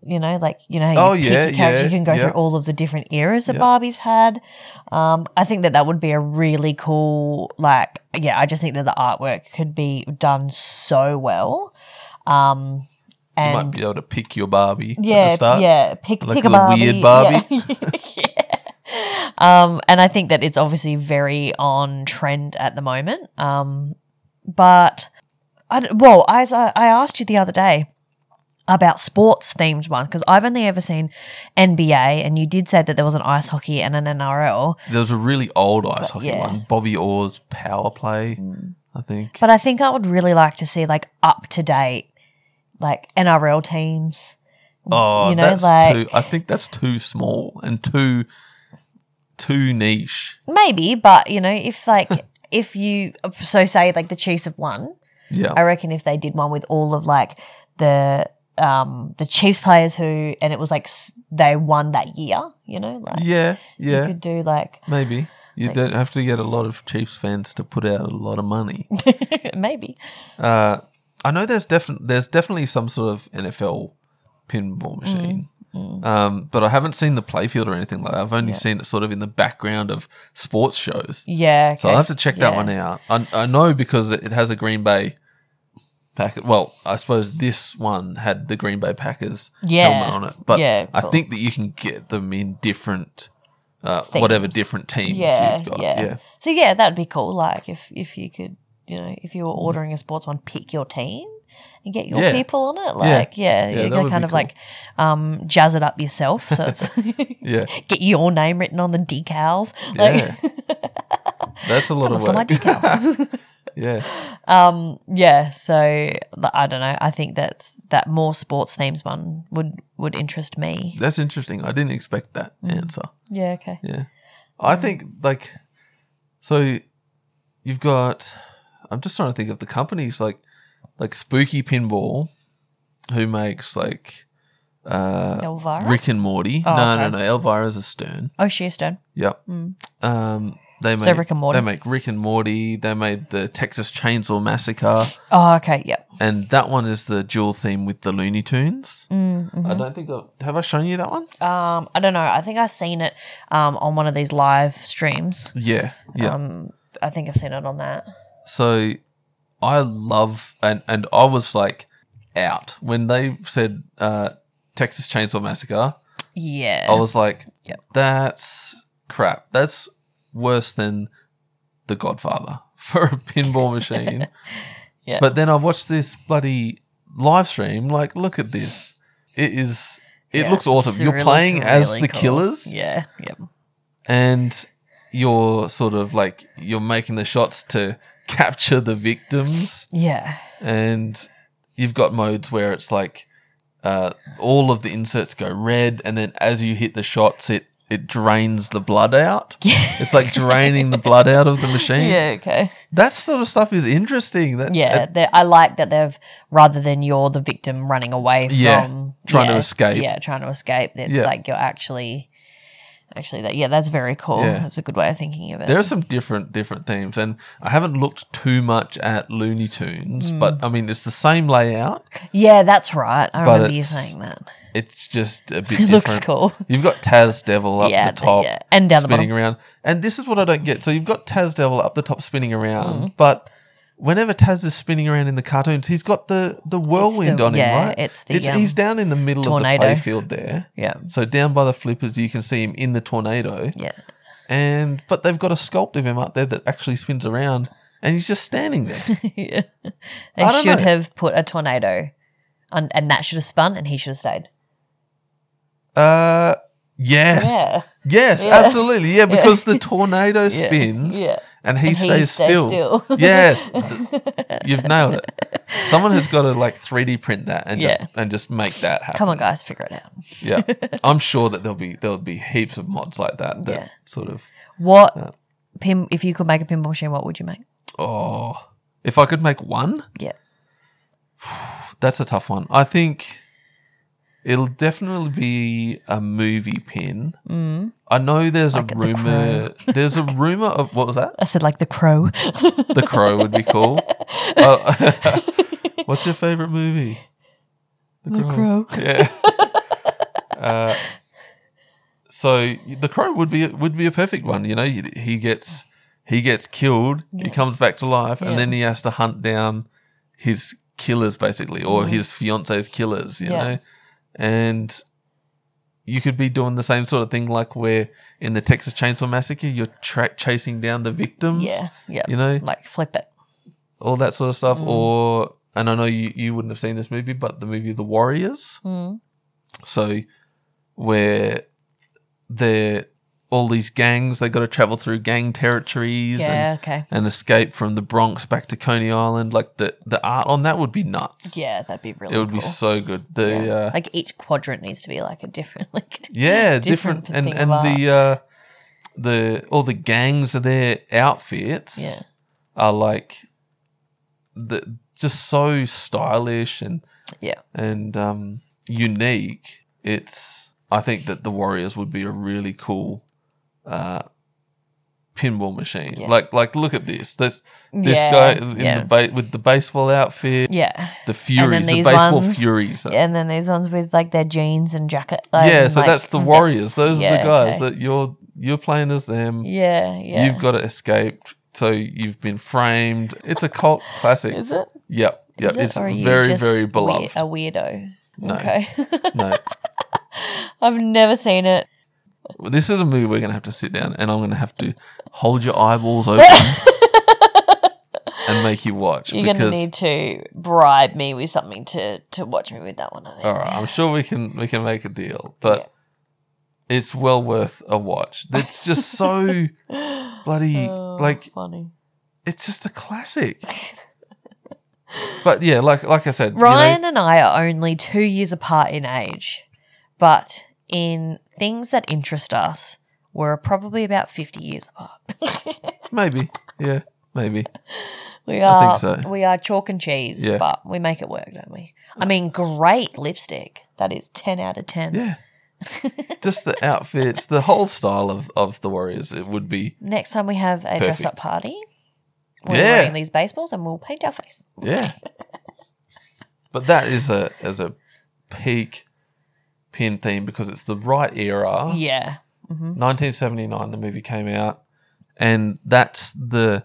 B: You know, like you know, how you
A: Oh,
B: pick
A: yeah,
B: your character.
A: yeah,
B: you can go
A: yeah.
B: through all of the different eras that
A: Yeah.
B: Barbie's had. Um, I think that that would be a really cool, like, yeah. I just think that the artwork could be done so well. Um,
A: You
B: and
A: might be able to pick your Barbie at
B: yeah,
A: the start.
B: yeah. Pick
A: Like
B: pick a
A: the
B: Barbie.
A: weird
B: Yeah. Yeah. Um, and I think that it's obviously very on trend at the moment. Um, but I d- well, as I, I asked you the other day about sports themed one because I've only ever seen NBA, and you did say that there was an ice hockey and an NRL.
A: There was a really old ice hockey
B: yeah. Mm.
A: one, Bobby Orr's Power Play, I think.
B: But I think I would really like to see like up to date, like NRL teams.
A: Oh,
B: you know,
A: that's
B: like-
A: too. I think that's too small and too too niche.
B: Maybe, but you know, if like if you so say like the Chiefs have won,
A: Yeah,
B: I reckon if they did one with all of like the um the Chiefs players who and it was like s- they won that year, you know, like
A: yeah, yeah.
B: you could do like
A: Maybe. You don't have to get a lot of Chiefs fans to put out a lot of money.
B: maybe
A: uh, I know there's definitely there's definitely some sort of NFL
B: Mm,
A: pinball machine, Um, but I haven't seen the playfield or anything like that. I've only seen it sort of in the background of sports shows.
B: yeah.
A: So
B: okay.
A: I'll have to check that
B: Yeah.
A: one out. I, I know because it it has a Green Bay packet. Well, I suppose this one had the Green Bay Packers
B: Yeah.
A: helmet on it, but
B: Yeah,
A: I
B: cool.
A: think that you can get them in different, uh,
B: Themes.
A: whatever different teams
B: Yeah,
A: you've got.
B: yeah,
A: yeah.
B: So yeah, that'd be cool. Like if if you could, you know, if you were ordering a sports one, pick your team and get your
A: Mm. Yeah.
B: people on it. Like yeah,
A: Yeah,
B: you
A: that
B: can
A: would
B: kind
A: be
B: of like um jazz it up yourself. So it's
A: Yeah.
B: get your name written on the decals. Like
A: Yeah. That's a lot
B: someone's
A: of
B: got my
A: work.
B: decals.
A: yeah.
B: Um, yeah, so th- I don't know. I think that that more sports themes one would would interest me.
A: That's interesting. I didn't expect that
B: Mm.
A: answer.
B: Yeah, okay.
A: Yeah. I think like so you've got I'm just trying to think of the companies like like Spooky Pinball who makes like uh
B: Elvira.
A: Rick and Morty.
B: Oh,
A: no,
B: okay.
A: no, no. Elvira's a Stern.
B: oh, Shearstone.
A: Yep. Um they make
B: So Rick and Morty.
A: They make Rick and Morty. They made the Texas Chainsaw Massacre.
B: Oh, okay. Yep.
A: and that one is the dual theme with the Looney Tunes.
B: Mm, mm-hmm.
A: I don't think I've, have I shown you that one.
B: Um, I don't know. I think I've seen it um on one of these live streams.
A: yeah, yeah.
B: Um, I think I've seen it on that.
A: so I love and and I was like out when they said uh, Texas Chainsaw Massacre.
B: Yeah.
A: I was like,
B: Yep.
A: That's crap. That's worse than The Godfather for a pinball machine.
B: Yeah.
A: But then I watched this bloody live stream. Like, look at this. It is. It
B: Yeah,
A: looks awesome.
B: it's
A: You're
B: really-
A: playing
B: it's
A: as
B: really
A: the
B: cool.
A: killers,
B: Yeah. Yep.
A: and you're sort of like you're making the shots to capture the victims
B: Yeah.
A: and you've got modes where it's like uh, all of the inserts go red, and then as you hit the shots, it it drains the blood out. It's like draining the blood out of the machine.
B: Yeah. Okay.
A: That sort of stuff is interesting. That,
B: Yeah.
A: that-
B: they- I like that they've rather than you're the victim running away from
A: Yeah, trying to
B: yeah,
A: escape.
B: Yeah, trying to escape. It's
A: Yeah.
B: like you're actually actually that. Yeah, that's very cool.
A: Yeah.
B: That's a good way of thinking of it.
A: there are some different different themes, and I haven't looked too much at Looney Tunes,
B: Hmm.
A: but I mean it's the same layout.
B: yeah, that's right. I
A: But
B: remember you
A: it's-
B: saying that.
A: It's just a bit.
B: It looks
A: different.
B: cool.
A: You've got Taz Devil up
B: yeah,
A: the top.
B: yeah, and down the
A: spinning
B: bottom.
A: around. And this is what I don't get. So you've got Taz Devil up the top spinning around,
B: Mm.
A: but whenever Taz is spinning around in the cartoons, he's got the, the whirlwind on
B: yeah,
A: him, right?
B: it's the,
A: he's
B: um,
A: down in the middle
B: tornado.
A: of the playfield there.
B: Yeah,
A: So down by the flippers, you can see him in the tornado.
B: yeah,
A: And but they've got a sculpt of him up there that actually spins around, and he's just standing there.
B: yeah.
A: I
B: They
A: don't
B: should
A: know.
B: have put a tornado, on, and that should have spun, and he should have stayed.
A: uh, yes,
B: Yeah,
A: yes,
B: Yeah.
A: absolutely, yeah, because the tornado spins
B: Yeah,
A: and he
B: And
A: stays, still. yes, You've nailed it. Someone has got to like 3D print that and
B: Yeah.
A: just and just make that happen.
B: Come on, guys, figure it out.
A: Yeah. I'm sure that there'll be there'll be heaps of mods like that that
B: Yeah.
A: sort of
B: What
A: Yeah.
B: pin? If you could make a pinball machine, what would you make?
A: oh if I could make one,
B: Yeah,
A: that's a tough one. I think it'll definitely be a movie pin. Mm. I know there's
B: Like
A: a
B: The Crow.
A: rumor there's a rumor of what was that?
B: I said like the crow.
A: The Crow would be cool. Uh, what's your favorite movie?
B: The Crow.
A: Yeah. uh, so the crow would be would be a perfect one. You know, he, he gets he gets killed, he comes back to life,
B: Yeah.
A: and then he has to hunt down his killers, basically, or his fiance's killers. You
B: Yeah.
A: know, and you could be doing the same sort of thing, like where in the Texas Chainsaw Massacre, you're tra- chasing down the victims.
B: yeah, yeah.
A: You know,
B: like flip it.
A: all that sort of
B: Mm.
A: stuff. Or and I know you, you wouldn't have seen this movie, but the movie The Warriors.
B: Mm.
A: So where they're all these gangs, they got to travel through gang territories
B: Yeah.
A: and,
B: okay.
A: and escape from the Bronx back to Coney Island. Like the the art on that would be nuts.
B: Yeah, that'd be really.
A: it would
B: cool.
A: be so good. The
B: yeah.
A: uh,
B: like each quadrant needs to be like a different like
A: yeah, different, and
B: thing
A: and
B: of
A: the uh, the all the gangs of their outfits
B: Yeah.
A: are like the just so stylish and
B: yeah
A: and um, unique. It's I think that the Warriors would be a really cool uh, pinball machine.
B: Yeah.
A: Like like look at this this this
B: Yeah,
A: guy in
B: yeah.
A: the ba- with the baseball outfit,
B: yeah
A: the Furies, the
B: these
A: baseball
B: ones-
A: Furies.
B: and then these ones with like their jeans and jacket like,
A: yeah,
B: and,
A: so
B: like,
A: that's the
B: vests.
A: Warriors. Those are
B: Yeah,
A: the guys
B: okay.
A: that you're you're playing as them.
B: yeah yeah
A: You've got to escape. So you've been framed. It's a cult classic.
B: is it
A: Yep, yep.
B: Is it?
A: it's
B: Or are you
A: very,
B: just
A: very
B: wei-
A: beloved.
B: a weirdo
A: No.
B: okay
A: no,
B: I've never seen it
A: Well, This is a movie we're going to have to sit down and I'm going to have to hold your eyeballs open and make you watch.
B: you're gonna need to bribe me with something to to watch me with that one I think
A: All right, I'm sure we can we can make a deal, but it's well worth a watch. It's just so bloody
B: Oh,
A: like
B: funny
A: it's just a classic. but yeah, like like I said, you know-
B: Ryan and I are only two years apart in age, but in things that interest us, we're probably about 50 years apart.
A: maybe, yeah, maybe.
B: we
A: I
B: are
A: think so.
B: we are chalk and cheese,
A: Yeah.
B: but we make it work, don't we? I mean, great lipstick. That is 10 out of 10.
A: Yeah. just the outfits, the whole style of of the Warriors, it would be
B: Next time we have a dress
A: Perfect.
B: up party, we're
A: Yeah.
B: wearing these baseballs and we'll paint our face.
A: Yeah. but that is a as a peak pin theme because it's the right era.
B: Yeah. Mm-hmm.
A: 1979 the movie came out and that's the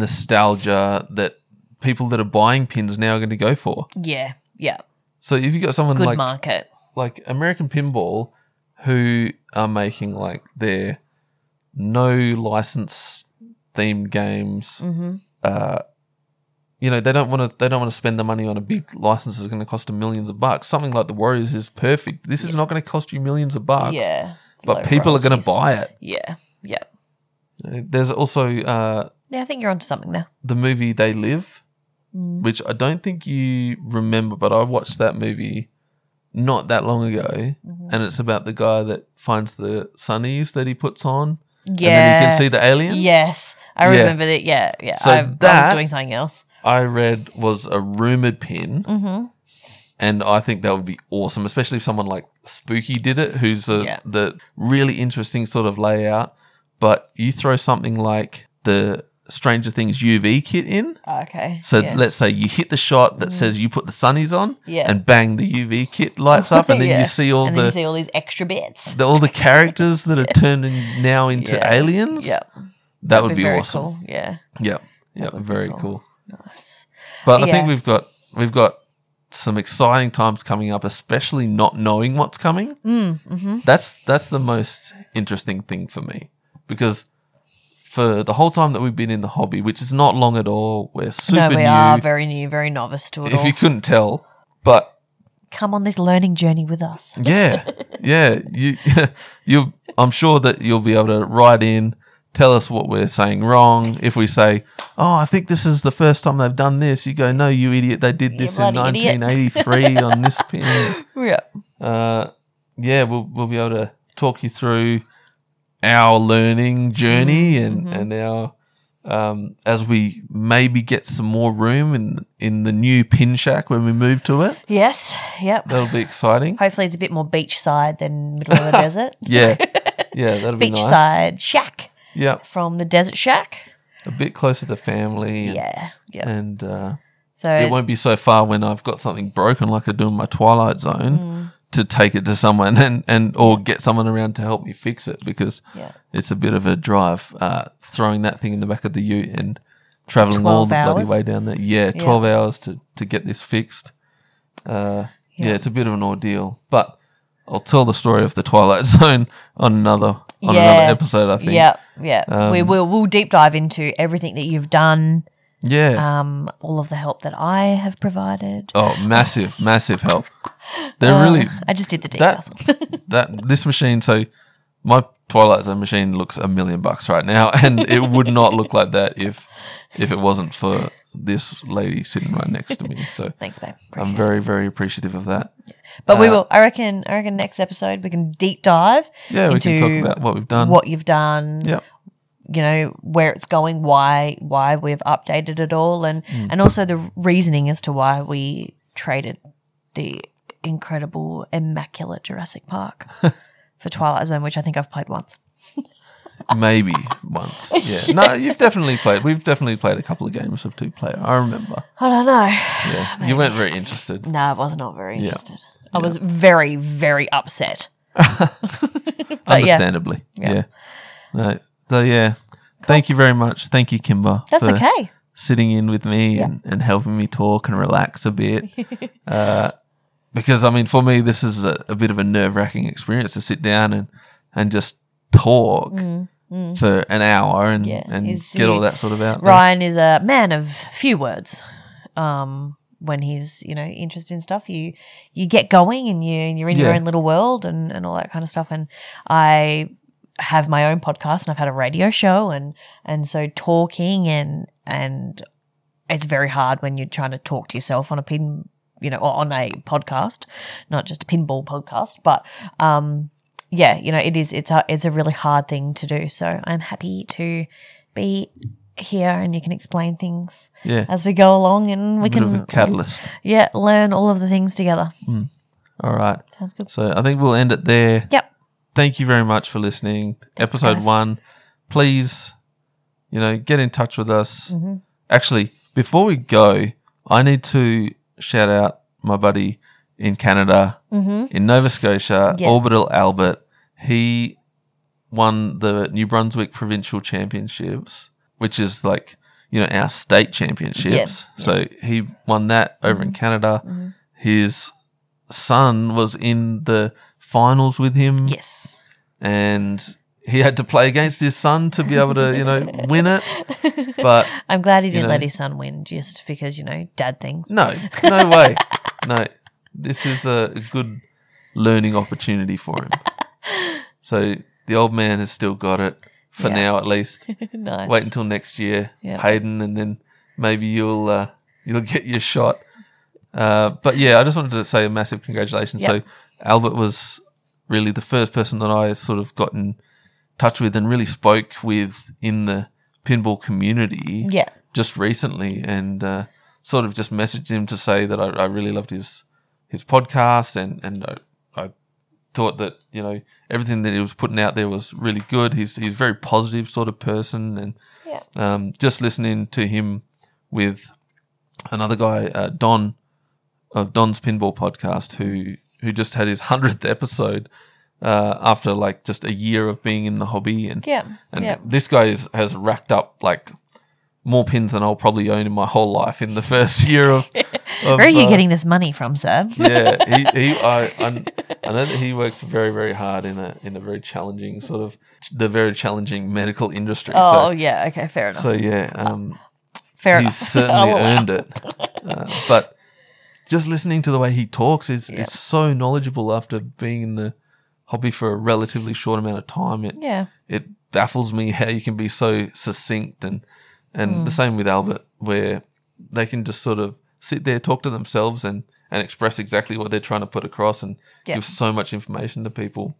A: nostalgia that people that are buying pins now are going to go for.
B: Yeah. Yeah.
A: So if you got someone
B: Good
A: like
B: market.
A: like American Pinball who are making like their no license themed games.
B: Mm-hmm.
A: Uh, you know, they don't want to. They don't want to spend the money on a big license that's going to cost them millions of bucks. Something like the Warriors is perfect. This is not going to cost you millions of bucks.
B: Yeah. It's low
A: But people are going to
B: royalties.
A: buy it.
B: Yeah. Yeah.
A: You know, There's also uh,
B: Yeah, I think you're onto something there.
A: the movie They Live,
B: Mm.
A: which I don't think you remember, but I watched that movie not that long ago,
B: Mhm.
A: and it's about the guy that finds the sunnies that he puts on,
B: Yeah.
A: and then he can see the aliens.
B: Yes, I
A: Yeah.
B: remember that. Yeah, yeah.
A: So
B: I, I
A: that-
B: was doing something else.
A: I read was a rumored pin,
B: Mm-hmm.
A: and I think that would be awesome, especially if someone like Spooky did it, who's a,
B: Yeah.
A: the really interesting sort of layout. But you throw something like the Stranger Things UV kit in.
B: Okay.
A: So
B: yeah. Mm-hmm.
A: let's say you hit the shot that says you put the sunnies on,
B: Yeah.
A: and bang, the UV kit lights up, and then
B: Yeah.
A: you see all
B: and then
A: the,
B: you see all these extra bits.
A: the all the characters that are turning now into
B: Yeah.
A: aliens.
B: Yeah,
A: that would be,
B: very
A: awesome.
B: Cool. Yeah,
A: Yeah, yeah,
B: would be
A: very
B: cool.
A: cool.
B: nice.
A: But
B: But
A: I think
B: yeah.
A: we've got we've got some exciting times coming up, especially not knowing what's coming.
B: Mm, hmm
A: That's that's the most interesting thing for me because for the whole time that we've been in the hobby, which is not long at all, we're super
B: No, we
A: new.
B: are very new, very novice to it
A: if
B: all.
A: you couldn't tell, but
B: Come on this learning journey with us.
A: yeah, yeah, you you. I'm sure that you'll be able to write in, tell us what we're saying wrong. If we say, "Oh, I think this is the first time they've done this," you go, "No, you idiot! They did
B: You
A: this in
B: bloody idiot."
A: 1983 on this pin."
B: Yeah,
A: Uh, yeah, we'll we'll be able to talk you through our learning journey
B: Mm-hmm,
A: and and our um, as we maybe get some more room in in the new pin shack when we move to it.
B: Yes. Yep.
A: That'll be exciting.
B: Hopefully, it's a bit more beachside than middle of the desert.
A: Yeah. Yeah, that'll be nice.
B: Beachside shack
A: Yeah,
B: from the desert shack.
A: a bit closer to family.
B: Yeah.
A: And,
B: Yeah.
A: and uh,
B: So
A: it won't be so far when I've got something broken like I do in my Twilight Zone
B: Mm.
A: to take it to someone and, and or get someone around to help me fix it because
B: yeah,
A: it's a bit of a drive uh, throwing that thing in the back of the ute and traveling all
B: 12
A: the bloody
B: hours?
A: way down there. Yeah,
B: Yeah.
A: 12 hours to, to get this fixed. Uh, yeah.
B: Yeah.
A: it's a bit of an ordeal, but I'll tell the story of the Twilight Zone on another on
B: Yeah.
A: another episode. I think.
B: yeah, yeah. we
A: Um,
B: will we'll deep dive into everything that you've done.
A: Yeah.
B: um, all of the help that I have provided.
A: Oh, massive, massive help. They're
B: Um,
A: Oh, really
B: I just did the details.
A: that that this machine. So my Twilight Zone machine looks a million bucks right now, and it would not look like that if if it wasn't for this lady sitting right next to me. So
B: Thanks, babe.
A: I'm
B: Appreciate
A: very, very appreciative of that.
B: it. but we
A: uh,
B: will. I reckon. I reckon next episode we can deep dive
A: Yeah, we can
B: Into
A: talk about what we've done.
B: what you've done.
A: Yep.
B: You know where it's going, why why we've updated it all, and
A: Mm.
B: and also the reasoning as to why we traded the incredible, immaculate Jurassic Park for Twilight Zone, which I think I've played once.
A: Maybe once. Yeah. No, you've definitely played. We've definitely played a couple of games of two player. I remember.
B: I don't know.
A: Yeah. You weren't very interested.
B: No, I was not very interested. I was very very upset. But yeah.
A: Understandably. Yeah. No. So yeah. Thank you very much. Thank you, Kimber.
B: That's
A: for
B: okay.
A: Sitting in with me and, and helping me talk and relax a bit. uh, because I mean, for me, this is a, a bit of a nerve wracking experience to sit down and, and just talk for an hour and,
B: Mm, Yeah,
A: and
B: is
A: get all
B: he-
A: that sort of out. there.
B: Ryan is a man of few words. Um, when he's you know interested in stuff, you you get going and you and you're in your
A: Yeah.
B: own little world and and all that kind of stuff. And I have my own podcast and I've had a radio show and and so talking and and it's very hard when you're trying to talk to yourself on a pin you know or on a podcast not just a pinball podcast but um yeah you know it is it's a it's a really hard thing to do so i'm happy to be here and you can explain things
A: Yeah.
B: as we go along and we
A: a bit of a
B: can
A: catalyst.
B: yeah learn all of the things together
A: All right.
B: sounds good
A: So I think we'll end it there.
B: yep
A: Thank you very much for listening. Episode
B: guys.
A: one. Please, you know, get in touch with us.
B: Mm-hmm.
A: Actually, before we go, I need to shout out my buddy in Canada,
B: Mm-hmm.
A: in Nova Scotia,
B: Yeah.
A: Orbital Albert. He won the New Brunswick Provincial Championships, which is like, you know, our state championships. So he won that over in Canada. His son was in the finals with him,
B: Yes.
A: and he had to play against his son to be able to you know win it. But
B: I'm glad he didn't
A: know.
B: let his son win just because, you know, dad things.
A: no, no way, no. This is a good learning opportunity for him. So the old man has still got it for
B: Yeah.
A: now, at least.
B: nice.
A: Wait until next year,
B: Yeah.
A: Hayden, and then maybe you'll uh, you'll get your shot. Uh, but yeah, I just wanted to say a massive congratulations.
B: Yep.
A: So Albert was really the first person that I sort of got in touch with and really spoke with in the pinball community
B: yeah.
A: just recently, and uh, sort of just messaged him to say that I, I really loved his his podcast, and and I, I thought that you know everything that he was putting out there was really good. He's he's a very positive sort of person, and
B: Yeah.
A: um, just listening to him with another guy, uh, Don of Don's Pinball Podcast, who who just had his hundredth episode uh, after like just a year of being in the hobby, and
B: Yeah.
A: and
B: yeah.
A: this guy is, has racked up like more pins than I'll probably own in my whole life in the first year of. of,
B: Where are you
A: uh,
B: getting this money from, sir?
A: yeah, he, he I, I, I know that he works very, very hard in a in a very challenging sort of the very challenging medical industry.
B: Oh, yeah. Okay. Fair enough.
A: so, so yeah, um,
B: fair
A: he's
B: enough. Oh,
A: certainly
B: I'll allow.
A: earned it. Uh, but just listening to the way he talks is
B: Yeah.
A: is so knowledgeable after being in the hobby for a relatively short amount of time. It
B: Yeah.
A: it baffles me how you can be so succinct and and the
B: Hmm.
A: same with Albert, where they can just sort of sit there, talk to themselves, and and express exactly what they're trying to put across, and
B: Yeah.
A: give so much information to people.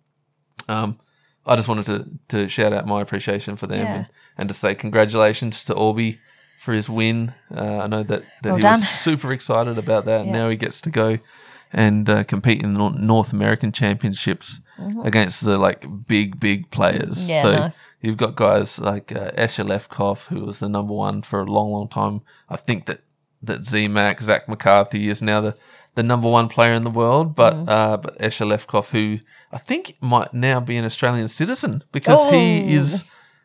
A: Um, I just wanted to to shout out my appreciation for them
B: Yeah.
A: and, and to say congratulations to Orby for his win. Uh, I know that that
B: Well
A: he
B: done.
A: was super excited about that. and
B: Yeah.
A: Now he gets to go and uh, compete in the Nor- North American Championships against the like big big players.
B: Mm-hmm. Yeah,
A: so
B: nice.
A: you've got guys like uh, Escher Lefkoff, who was the number one for a long long time. I think that that Z Mac Zach McCarthy is now the the number one player in the world, but
B: Mm-hmm.
A: uh, but Escher Lefkoff, who I think might now be an Australian citizen because he
B: Oh.
A: is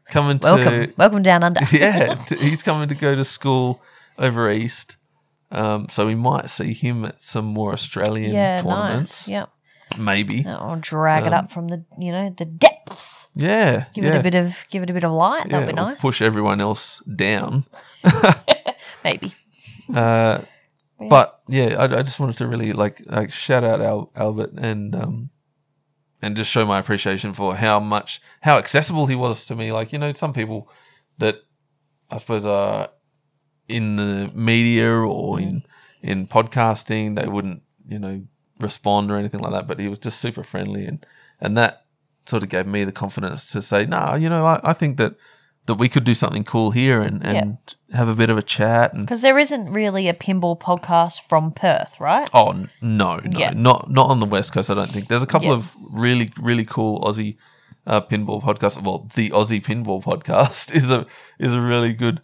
A: coming to
B: Welcome. Welcome down under.
A: yeah, t- he's coming to go to school over east. Um, so we might see him at some more Australian
B: yeah.
A: tournaments,
B: Nice. Yeah.
A: maybe.
B: I'll drag it
A: Um,
B: up from the you know the depths.
A: Yeah,
B: Give
A: yeah,
B: it a bit of give it a bit of light.
A: yeah,
B: That'll be
A: or
B: nice.
A: Push everyone else down.
B: Maybe.
A: Uh,
B: Yeah.
A: But yeah, I, I just wanted to really like like shout out Al- Albert and um, and just show my appreciation for how much how accessible he was to me. Like you know, some people that I suppose are in the media or in in podcasting, they wouldn't you know respond or anything like that. But he was just super friendly and and that sort of gave me the confidence to say, no, you know, I, I think that that we could do something cool here and and have a bit of a chat and
B: Because there isn't really a pinball podcast from Perth, right?
A: Oh n- no, no,
B: Yeah.
A: not not on the west coast. I don't think there's a couple
B: Yeah.
A: of really really cool Aussie uh, pinball podcasts. Well, the Aussie Pinball Podcast is a is a really good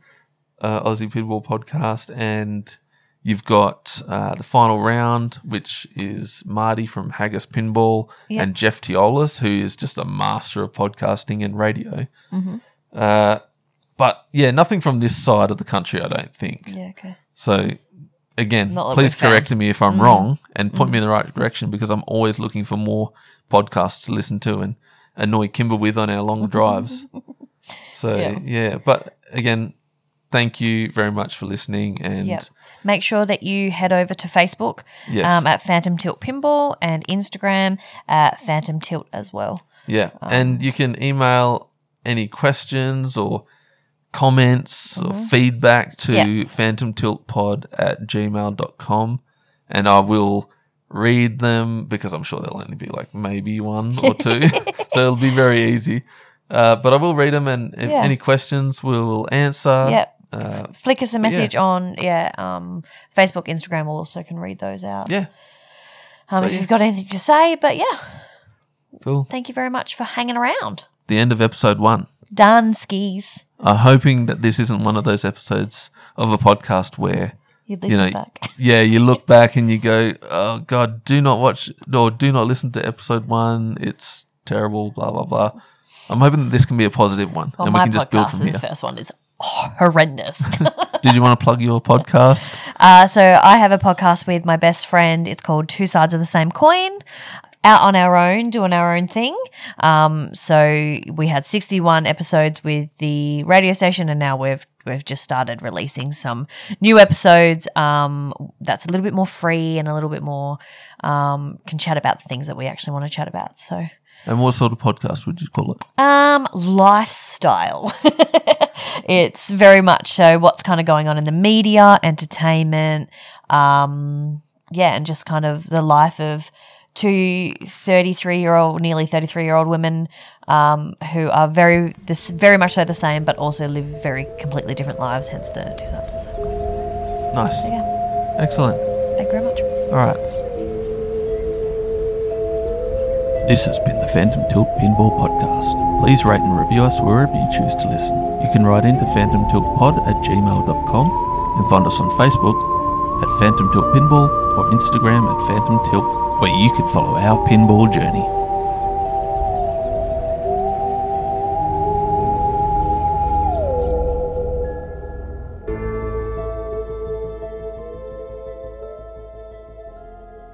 A: uh, Aussie Pinball Podcast, and you've got uh, the final round, which is Marty from Haggis Pinball
B: Yeah.
A: and Jeff Teolis, who is just a master of podcasting and radio.
B: Mhm.
A: Uh, but yeah, nothing from this side of the country, I don't think.
B: Yeah. Okay.
A: So again,
B: Not that Mm.
A: please
B: we've found.
A: correct me if I'm wrong and point me in the right direction because I'm always looking for more podcasts to listen to and annoy Kimber with on our long drives. so
B: Yeah.
A: yeah. but again, thank you very much for listening and
B: Yep. Make sure that you head over to Facebook
A: Yes.
B: um, at Phantom Tilt Pinball and Instagram at Phantom Tilt as well.
A: yeah,
B: Um,
A: and you can email any questions or comments or feedback to
B: Mm-hmm. Yeah.
A: phantomtiltpod at gmail.com and I will read them because I'm sure there'll only be like maybe one or two. so it'll be very easy. Uh, but I will read them and if
B: Yeah.
A: any questions we will answer.
B: Yep.
A: Uh,
B: Flick us a
A: yeah.
B: message on yeah um, Facebook, Instagram. We'll also can read those out.
A: yeah,
B: Um,
A: but
B: if
A: yeah.
B: you've got anything to say, but yeah,
A: cool.
B: thank you very much for hanging around.
A: The end of episode one.
B: Done skis.
A: I'm hoping that this isn't one of those episodes of a podcast where
B: You listen
A: know,
B: back.
A: yeah, you look back and you go, oh god, do not watch or do not listen to episode one. It's terrible. Blah blah blah. I'm hoping that this can be a positive one,
B: Well,
A: and we
B: Oh, my
A: can just build
B: podcast,
A: from
B: the
A: here.
B: first one is horrendous.
A: Did you want to plug your podcast?
B: Uh, so I have a podcast with my best friend. It's called Two Sides of the Same Coin. out on our own, doing our own thing. Um, so we had 61 episodes with the radio station, and now we've we've just started releasing some new episodes. Um, that's a little bit more free and a little bit more um, can chat about the things that we actually want to chat about. So.
A: And what sort of podcast would you call it?
B: Um, lifestyle. it's very much so what's kind of going on in the media, entertainment, um, yeah, and just kind of the life of two 33 year old, nearly 33 year old women um, who are very, this very much so the same, but also live very completely different lives, hence the two sides of the circle.
A: Nice.
B: So, yeah,
A: Excellent.
B: thank you very much.
A: All right. This has been the Phantom Tilt Pinball Podcast. Please rate and review us wherever you choose to listen. You can write into phantomtiltpod at gmail.com and find us on Facebook at Phantom Tilt Pinball or Instagram at Phantom Tilt, where you can follow our pinball journey.